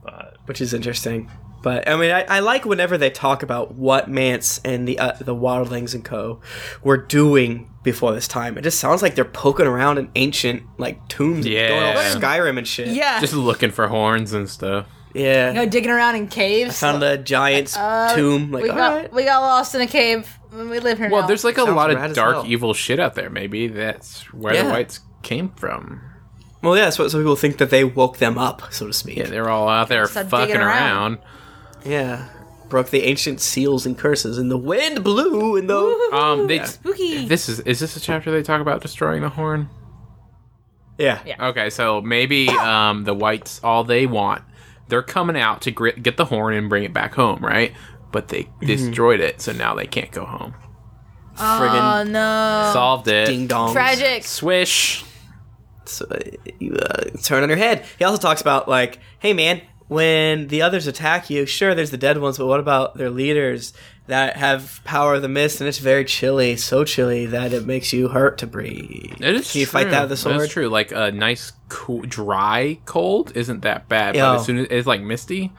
A: But
B: which is interesting. But I mean, I, I like whenever they talk about what Mance and the uh, the Wildlings and Co. were doing before this time. It just sounds like they're poking around in ancient like tombs, and going
D: Yeah.
B: all Skyrim and shit.
C: yeah,
D: just looking for horns and stuff
B: yeah.
C: you know, digging around in caves.
B: Found a giant's tomb. Like, "Ah."
C: Uh, we
B: all
C: got
B: right.
C: we got lost in a cave. We live here
D: well
C: now.
D: there's like a
B: Sounds
D: lot
B: rad
D: of
B: as
D: dark
B: hell.
D: evil shit out there maybe that's where
B: Yeah.
D: the whites came from
B: Well, yeah, that's what some people think that they woke them up, so to speak.
D: yeah they're all out there
C: Start digging
D: fucking
C: around.
D: around.
B: Yeah. Broke the ancient seals and curses, and the wind blew, and the.
D: um they
C: spooky.
D: this is is this a chapter they talk about destroying the horn
B: Yeah.
C: Yeah.
D: Okay, so maybe um, the whites all they want. They're coming out to gri- get the horn and bring it back home, right? But they
B: Mm-hmm.
D: destroyed it, so now they can't go home.
C: Oh
B: Friggin'
C: no.
D: Solved it.
B: ding dong.
C: Tragic.
D: Swish.
B: So, uh, you, uh, turn on your head. He also talks about like, hey man, when the others attack you, sure, there's the dead ones, but what about their leaders that have power of the mist and it's very chilly, so chilly that it makes you hurt to breathe.
D: It is
B: Can you fight
D: true.
B: that with a sword?
D: That's true. Like a nice, cool, dry cold isn't that bad,
B: Yeah.
D: but as soon as it's like misty,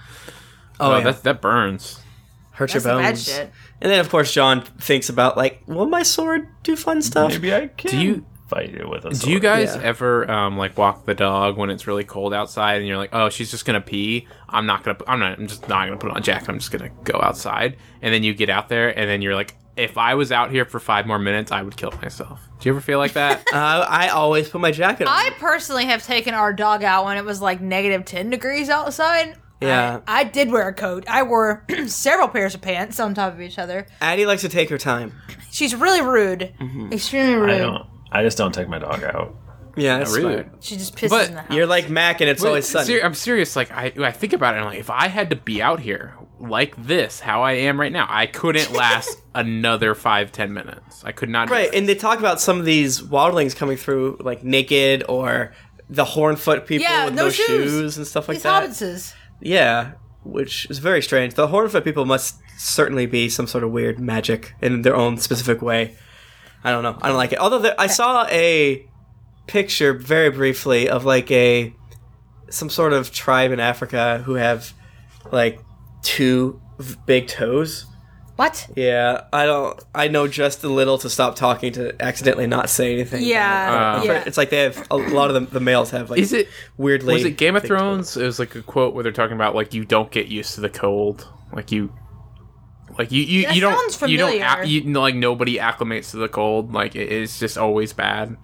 B: Oh,
D: oh,
B: yeah.
D: that that burns.
B: hurt
C: That's
B: your
C: the
B: bones.
C: bad shit.
B: And then of course John thinks about like, will my sword do fun stuff?
A: Maybe I can
D: Do you-
A: fight it with a
D: Do you
A: sword.
D: guys
B: Yeah.
D: ever um, like walk the dog when it's really cold outside, and you're like, "Oh, she's just gonna pee. I'm not gonna. I'm not. I'm just not gonna put on a jacket. I'm just gonna go outside." And then you get out there, and then you're like, "If I was out here for five more minutes, I would kill myself." Do you ever feel like that?
B: Uh, I always put my jacket on.
C: I personally have taken our dog out when it was like negative 10 degrees outside.
B: Yeah.
C: I, I did wear a coat. I wore several pairs of pants on top of each other.
B: Addie likes to take her time.
C: She's really rude.
B: Mm-hmm.
C: Extremely rude.
A: I don't. I just don't take my dog out.
B: Yeah, that's
D: Really?
B: smart.
C: She just pisses
D: But
C: in the house.
B: You're like Mac, and it's
D: But
B: always sudden.
D: ser- I'm serious. Like I, I think about it. And I'm like, if I had to be out here like this, how I am right now, I couldn't last another five, ten minutes. I could not. do
B: Right,
D: it.
B: and they talk about some of these wildlings coming through like naked or the hornfoot people
C: Yeah,
B: with
C: no
B: no
C: shoes.
B: shoes. and stuff like
C: These
B: that.
C: hobbitses.
B: Yeah, which is very strange. The hornfoot people must certainly be some sort of weird magic in their own specific way. I don't know. I don't like it. Although there,
C: Uh,
B: I saw a picture very briefly of like a some sort of tribe in Africa who have like two v- big toes.
C: What?
B: Yeah, I don't. I know just a little to stop talking to accidentally not say anything.
C: Yeah.
D: Uh,
C: yeah.
B: It's like they have a lot of the, the males have like
D: Is it
B: weirdly
D: was it Game of
B: big toes.
D: Thrones? It was like a quote where they're talking about like you don't get used to the cold, like you, like you you,
C: That
D: you don't
C: sounds
D: you don't
C: familiar.
D: ac- you, like nobody acclimates to the cold. Like it is just always bad.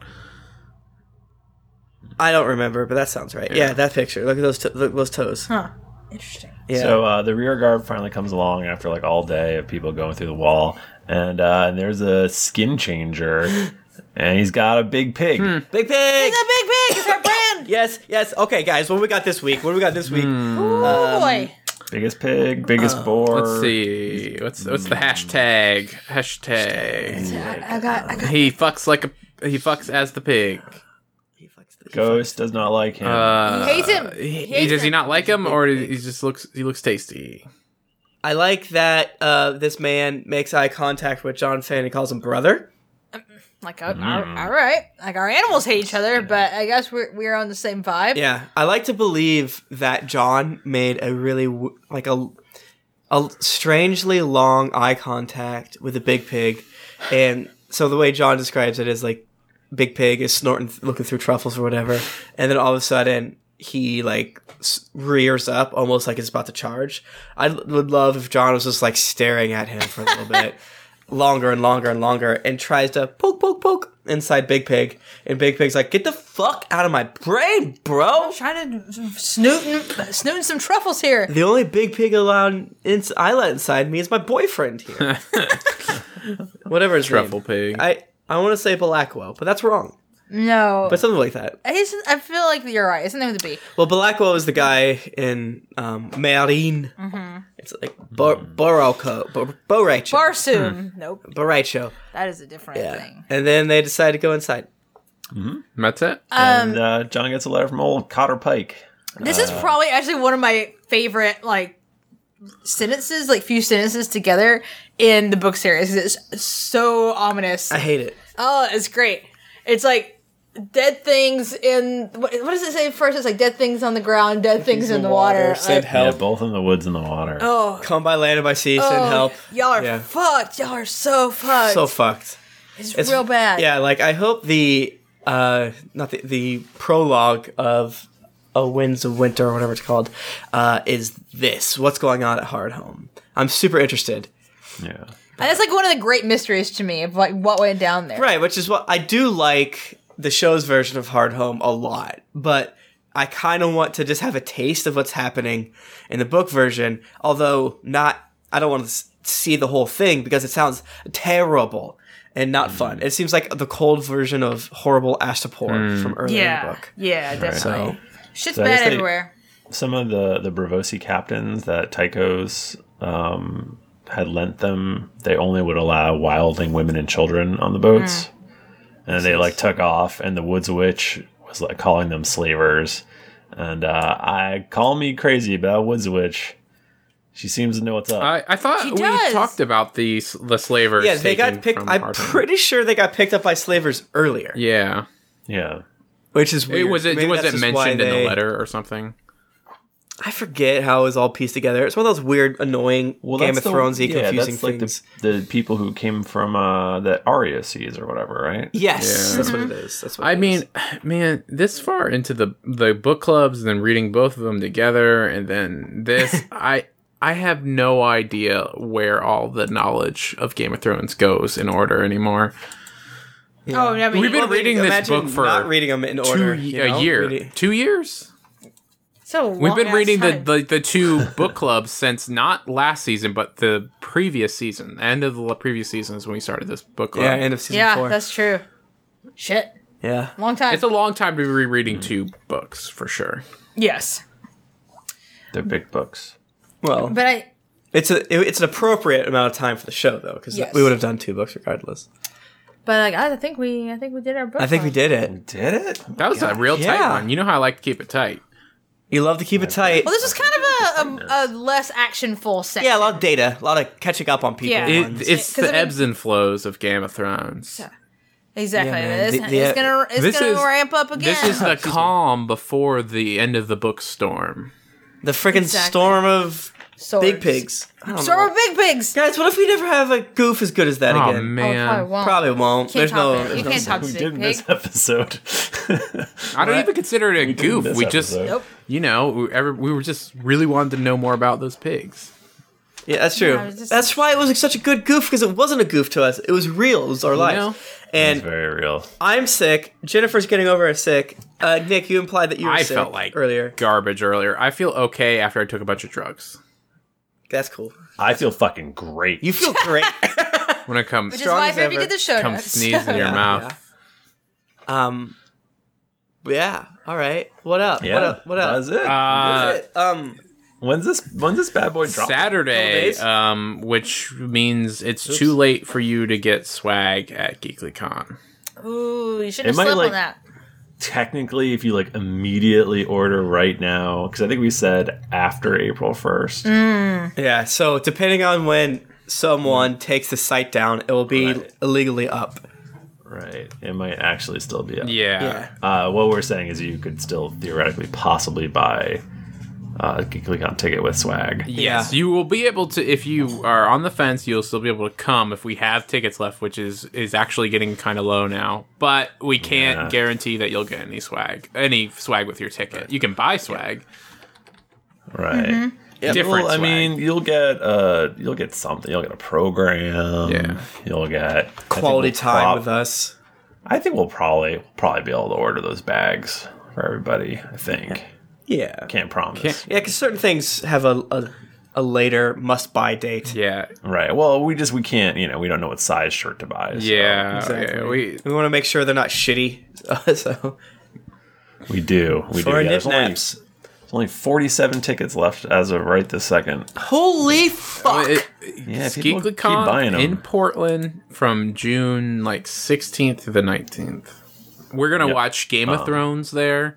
B: I don't remember, but that sounds right. Yeah, that picture. Look at those. To- look at those toes.
C: huh. Interesting.
B: Yeah.
A: So uh, the rear guard finally comes along after like all day of people going through the wall, and uh, and there's a skin changer, and he's got a big pig.
D: Hmm.
B: big pig.
C: It's a big pig. It's our brand.
B: Yes. Yes. Okay, guys. What we got this week? What do we got this week?
D: Hmm.
C: Oh boy.
A: Biggest pig, biggest boar.
D: Uh, Let's see. What's what's the hashtag? Hashtag.
C: I, I got. I got.
D: He fucks like a he fucks as the pig.
B: He fucks the-
A: Ghost does not like him.
D: Uh,
C: He hates him.
D: he-
C: He
D: he-
C: hates
D: does he
C: him.
D: not like him, or does he just looks he looks tasty?
B: I like that uh, this man makes eye contact with John Fane and calls him brother.
C: Like, uh,
A: Mm.
C: all- all right. Like our animals hate each other, but I guess we're we're on the same vibe.
B: Yeah, I like to believe that John made a really w- like a a strangely long eye contact with the big pig, and so the way John describes it is like big pig is snorting, looking through truffles or whatever, and then all of a sudden he like s- rears up almost like it's about to charge. I l- would love if John was just like staring at him for a little bit. Longer and longer and longer, and tries to poke, poke, poke inside Big Pig, and Big Pig's like, "Get the fuck out of my brain, bro!"
C: Trying to snootin snootin some truffles here.
B: The only big pig allowed ins- I let inside me is my boyfriend here. Whatever his
D: Truffle
B: name.
D: pig.
B: I I want to say Balakwo, but that's wrong.
C: No.
B: But something like that.
C: He's, I feel like you're right. It's nothing to be.
B: Well, Balakwo is the guy in um, Marine.
C: Mm-hmm.
B: It's like Bo- Boroko, Bo- Boracho,
C: Barsoom. Hmm. Nope.
B: Boracho.
C: That is a different
B: Yeah.
C: thing.
B: And then they decide to go inside.
D: That's it.
A: and uh, John gets a letter from old Cotter Pike.
C: This is probably actually one of my favorite like sentences, like few sentences together in the book series. It's so ominous.
B: I hate it.
C: Oh, it's great. It's like dead things in what, what does it say first? It's like dead things on the ground, dead things in the water. Uh,
B: Send
C: Like,
B: help.
A: Yeah, both in the woods and the water.
C: oh,
B: Come by land and by sea. Send
C: oh,
B: help.
C: Y'all are
B: Yeah.
C: fucked. Y'all are so fucked.
B: So fucked.
C: it's, real bad.
B: Yeah, like I hope the uh not the, the prologue of A Winds of Winter or whatever it's called uh is this. What's going on at Hard Home? I'm super interested.
A: yeah.
C: And that's like one of the great mysteries to me of like what went down there.
B: Right, which is what I do like the show's version of Hard Home a lot, but I kind of want to just have a taste of what's happening in the book version, although not I don't want to see the whole thing because it sounds terrible. and not
D: Mm.
B: fun. It seems like the cold version of horrible Astapor
D: Mm.
B: from earlier in the
C: Yeah,
B: book.
C: yeah, definitely.
B: So
C: Shit's
A: So I guess
C: bad
A: they-
C: everywhere.
A: Some of the the Bravosi captains that Tycho's um, had lent them, they only would allow wilding women and children on the boats, and they like took off. And the woods witch was like calling them slavers. And uh, I call me crazy about woods witch. She seems to know what's
B: Uh,
A: up.
D: I, I thought
C: She
D: we
C: does.
D: talked about the s- the slavers.
B: yeah, they
D: taken
B: got picked.
D: from
B: I'm
D: Harpoon.
B: pretty sure they got picked up by slavers earlier,
D: Yeah,
A: yeah.
B: which is weird.
D: it was it
B: Maybe
D: was
B: that's
D: it
B: just why
D: mentioned in
B: they-
D: the letter or something?
B: I forget how it was all pieced together. It's one of those weird, annoying Game of
A: that's the-
B: Thrones
A: yeah,
B: confusing
A: that's like
B: things.
A: the, the people who came from uh, that Arya sees or whatever, right?
B: yes,
D: Yeah.
B: that's what it
C: Mm-hmm.
B: is. That's what
D: I
B: it
D: mean,
B: is.
D: man, this far into the the book clubs, and then reading both of them together, and then this, I I have no idea where all the knowledge of Game of Thrones goes in order anymore.
C: Oh, yeah, but
D: We've been
C: well,
D: reading this
B: Imagine
D: book for
B: not reading them in
D: two
B: order.
D: y-
B: you
D: a
B: know?
D: year,
B: Reading-
D: two years.
C: So
D: We've been reading the, the the two book clubs since not last season, but the previous season. End of the l- previous season is when we started this book club.
B: Yeah, end of season
C: yeah,
B: four.
C: that's true. Shit,
B: yeah.
C: long time.
D: it's a long time to be rereading two books for sure.
C: yes,
A: They're big books.
B: Well,
C: but I
B: It's a it- it's an appropriate amount of time for the show though, because
C: Yes.
B: we would have done two books regardless.
C: but like I think we I think we did our book.
B: I think we
C: club.
B: did it.
A: Did it?
D: That was a real tight
B: yeah.
D: one. You know how I like to keep it tight.
B: You love to keep it tight.
C: Well, this is kind of a, a, a less actionful section.
B: Yeah, a lot of data, a lot of catching up on people.
C: Yeah.
D: It-
B: ones.
D: it's
C: 'Cause I
D: the
C: mean-
D: ebbs and flows of Game of Thrones.
C: exactly.
B: Yeah, man.
C: it's,
B: The- the-
C: it's gonna
D: This
C: it's gonna
D: is-
C: ramp up again.
D: This is the calm before the end of the book storm.
B: the freaking
C: Exactly.
B: storm of
C: Swords.
B: big pigs. I don't
C: So
B: know.
C: we're big pigs. Oh,
B: Guys, what if we never have a goof as good as that
D: Oh
B: again?
D: man,
C: probably won't.
B: Probably won't.
C: Can't
B: there's
C: top
B: no.
C: it.
B: There's
C: You
B: no
C: can't top
A: We
C: Big
A: did in this
C: Pig.
A: episode.
D: I don't even consider it a
A: did in
D: goof.
A: this
D: We just,
A: episode.
C: Nope.
D: you know, we, ever, we were just really wanted to know more about those pigs.
B: Yeah, that's true.
C: I was just-
B: That's why it was such a good goof because it wasn't a goof to us. It was real. It was our lives.
D: know?
B: And
A: It's very real.
B: I'm sick. Jennifer's getting over a sick. Uh, Nick, you implied that you were
D: I
B: sick
D: felt like
B: earlier.
D: garbage earlier. I feel okay after I took a bunch of drugs.
B: That's cool.
A: I feel fucking great.
B: You feel great.
D: When I come,
C: Which is
B: Strong
C: why
B: as
C: Fabi
B: ever.
C: did the show
D: come
C: notes.
D: sneeze in your mouth.
B: Um. Yeah. All right. What up?
A: yeah,
B: What up? What up?
A: That's it.
D: Uh,
B: Um.
A: when's this? When's this bad boy drop?
B: Couple
D: Saturday,
B: days.
D: um, which means it's too late for you to get swag at GeeklyCon.
C: Ooh, you
A: It
C: shouldn't
A: might,
C: have slept
A: like-
C: on that.
A: Technically, if you like immediately order right now, because I think we said after April first.
B: Mm. Yeah. So depending on when someone takes the site down, it will be
A: Right.
B: illegally up.
A: Right. It might actually still be up.
D: Yeah.
B: Yeah.
A: Uh, what we're saying is you could still theoretically possibly buy uh, a GeeklyCon ticket with swag.
D: Yes,
B: Yeah.
D: you will be able to if you are on the fence. You'll still be able to come if we have tickets left, which is is actually getting kind of low now. But we can't
A: Yeah.
D: guarantee that you'll get any swag, any swag with your ticket. You can buy swag.
A: Right.
B: Mm-hmm.
D: Different
A: Well, I
D: swag.
A: mean, you'll get uh, you'll get something. You'll get a program.
D: Yeah.
A: You'll get I think
B: Quality
A: we'll
B: time
A: prob-
B: with us.
A: I think we'll probably probably be able to order those bags for everybody. I think.
B: Yeah.
A: Can't promise.
D: Can't-
B: Yeah, because certain things have a, a a later must buy date.
D: Yeah,
A: Right. Well, we just we can't. You know, we don't know what size shirt to buy. So
D: yeah,
B: Exactly.
D: yeah. We
B: We want to make sure they're not shitty. so
A: We do. We
B: for
A: do.
B: our
A: Yeah, there's only,
B: nip-naps.
A: there's only 47 tickets left as of right this second.
B: Holy fuck!
D: it,
A: Yeah. people keep buying
D: GeeklyCon
A: them.
D: in Portland from June like 16th to the 19th. We're gonna
A: Yep. Um,
D: watch Game of Thrones there.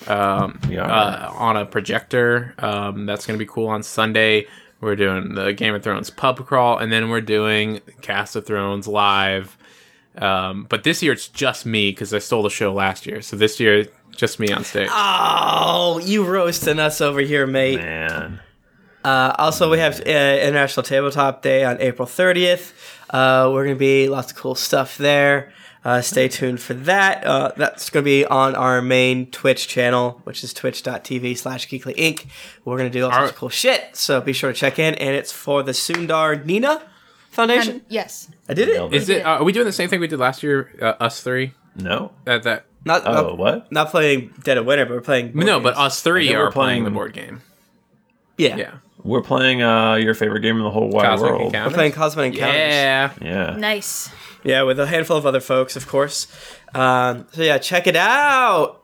A: We are.
D: uh, on a projector. Um, that's going to be cool on Sunday. We're doing the Game of Thrones pub crawl, and then we're doing Cast of Thrones live. Um, but this year it's just me because I stole the show last year. So this year, just me on stage.
B: Oh, you roasting us over here, mate.
A: Man.
B: Uh, also, we have uh, International Tabletop Day on April 30th. Uh, we're going to be lots of cool stuff there. Uh, stay tuned for that. Uh, that's going to be on our main Twitch channel, which is twitch.tv slash Geekly Inc. We're going to do all sorts
D: Alright.
B: of cool shit, so be sure to check in. And it's for the Sundar Nina Foundation.
C: And- yes.
B: I did it.
D: Is it? Uh, are we doing the same thing we did last year? Uh, us three.
A: No.
D: At that.
B: Not,
A: Oh,
B: not,
A: what?
B: not playing Dead of Winter, but we're playing. board
D: no,
B: games.
D: but us three
A: I know we're
D: are playing the
A: playing-
D: board game.
B: yeah.
D: Yeah.
A: We're playing uh, your favorite game in the whole wide
D: Cosmic
A: world.
D: Encounter?
B: We're playing Cosmic Encounters.
D: Yeah.
A: Yeah.
C: Nice.
B: Yeah, with a handful of other folks, of course. Um, so yeah, check it out.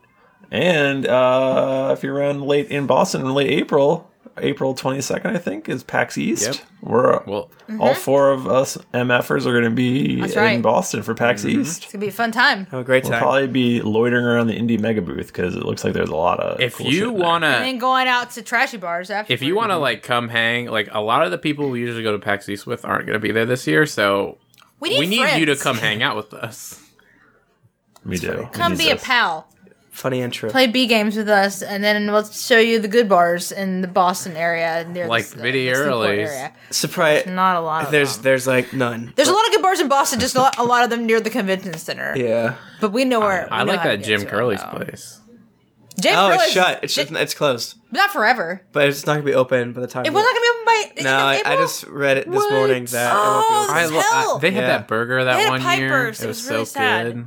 A: And uh, if you're around late in Boston in late April, April 22nd, I think, is PAX East.
D: Yep.
A: We're
D: Well,
A: all four of us MFers are going to be in
C: Mm-hmm. right.
A: Boston for PAX
D: Mm-hmm.
A: East.
C: It's gonna be a fun time.
B: Have a Oh, great
A: We'll
B: time.
A: probably be loitering around the indie mega booth because it looks like there's a lot of.
D: if
A: cool
D: you
A: shit there.
D: want
C: And
D: to
C: then going out to trashy bars after.
D: if you want to like come hang, like a lot of the people we usually go to PAX East with aren't going to be there this year, so
C: we need,
D: we need you to
C: friends.
D: come hang out with us.
A: we do. We
C: Come
A: need
C: be a
A: this.
C: pal.
B: Funny intro.
C: Play B games with us, and then we'll show you the good bars in the Boston area near
D: Like
C: the, uh,
D: Vidi
C: the Seaport
D: Early's.
C: area.
B: Surprise.
C: Not a lot. Of
B: There's
C: them.
B: there's like none.
C: There's a lot of good bars in Boston, just not a lot of them near the convention center.
B: Yeah.
C: But we know where.
D: I
C: we know
D: like
C: how to
D: that
C: get
D: Jim
C: to it,
D: Curley's
C: though.
D: place.
C: Jim
B: Oh, it's
C: Curley's-
B: shut. It's
C: Jim-
B: it's closed,
C: not forever.
B: but it's not gonna be open by the time.
C: It was not gonna be open by.
B: No, I, I just read it this
D: What?
B: morning that it won't be
D: I
C: As
B: open.
D: lo- I-
C: hell.
D: they had
B: Yeah.
D: that burger that
C: They had
D: one year.
C: Piper's.
D: It
C: It
D: was
C: was really
D: so
C: sad.
D: good.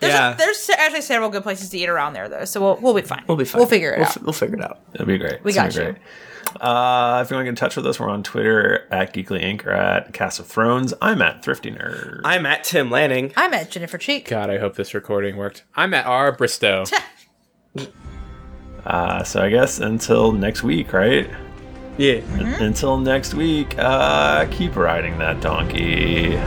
C: There's,
B: Yeah.
C: a, there's actually several good places to eat around there though, so we'll, we'll be fine.
B: We'll be fine.
C: We'll figure it
B: we'll
C: out.
B: F- we'll figure it out.
A: It'll be great.
C: We
A: It's gonna
C: got
A: be
C: you.
A: Great. Uh, if you want to get in touch with us, we're on Twitter at Geekly Inc. or at Cast of Thrones. I'm at Thrifty Nerd.
B: I'm at Tim Lanning.
C: I'm at Jennifer Cheek.
D: God, I hope this recording worked. I'm at R Bristow.
A: Uh, so I guess until next week, right?
B: Yeah.
C: Mm-hmm.
A: Until next week, uh, keep riding that donkey.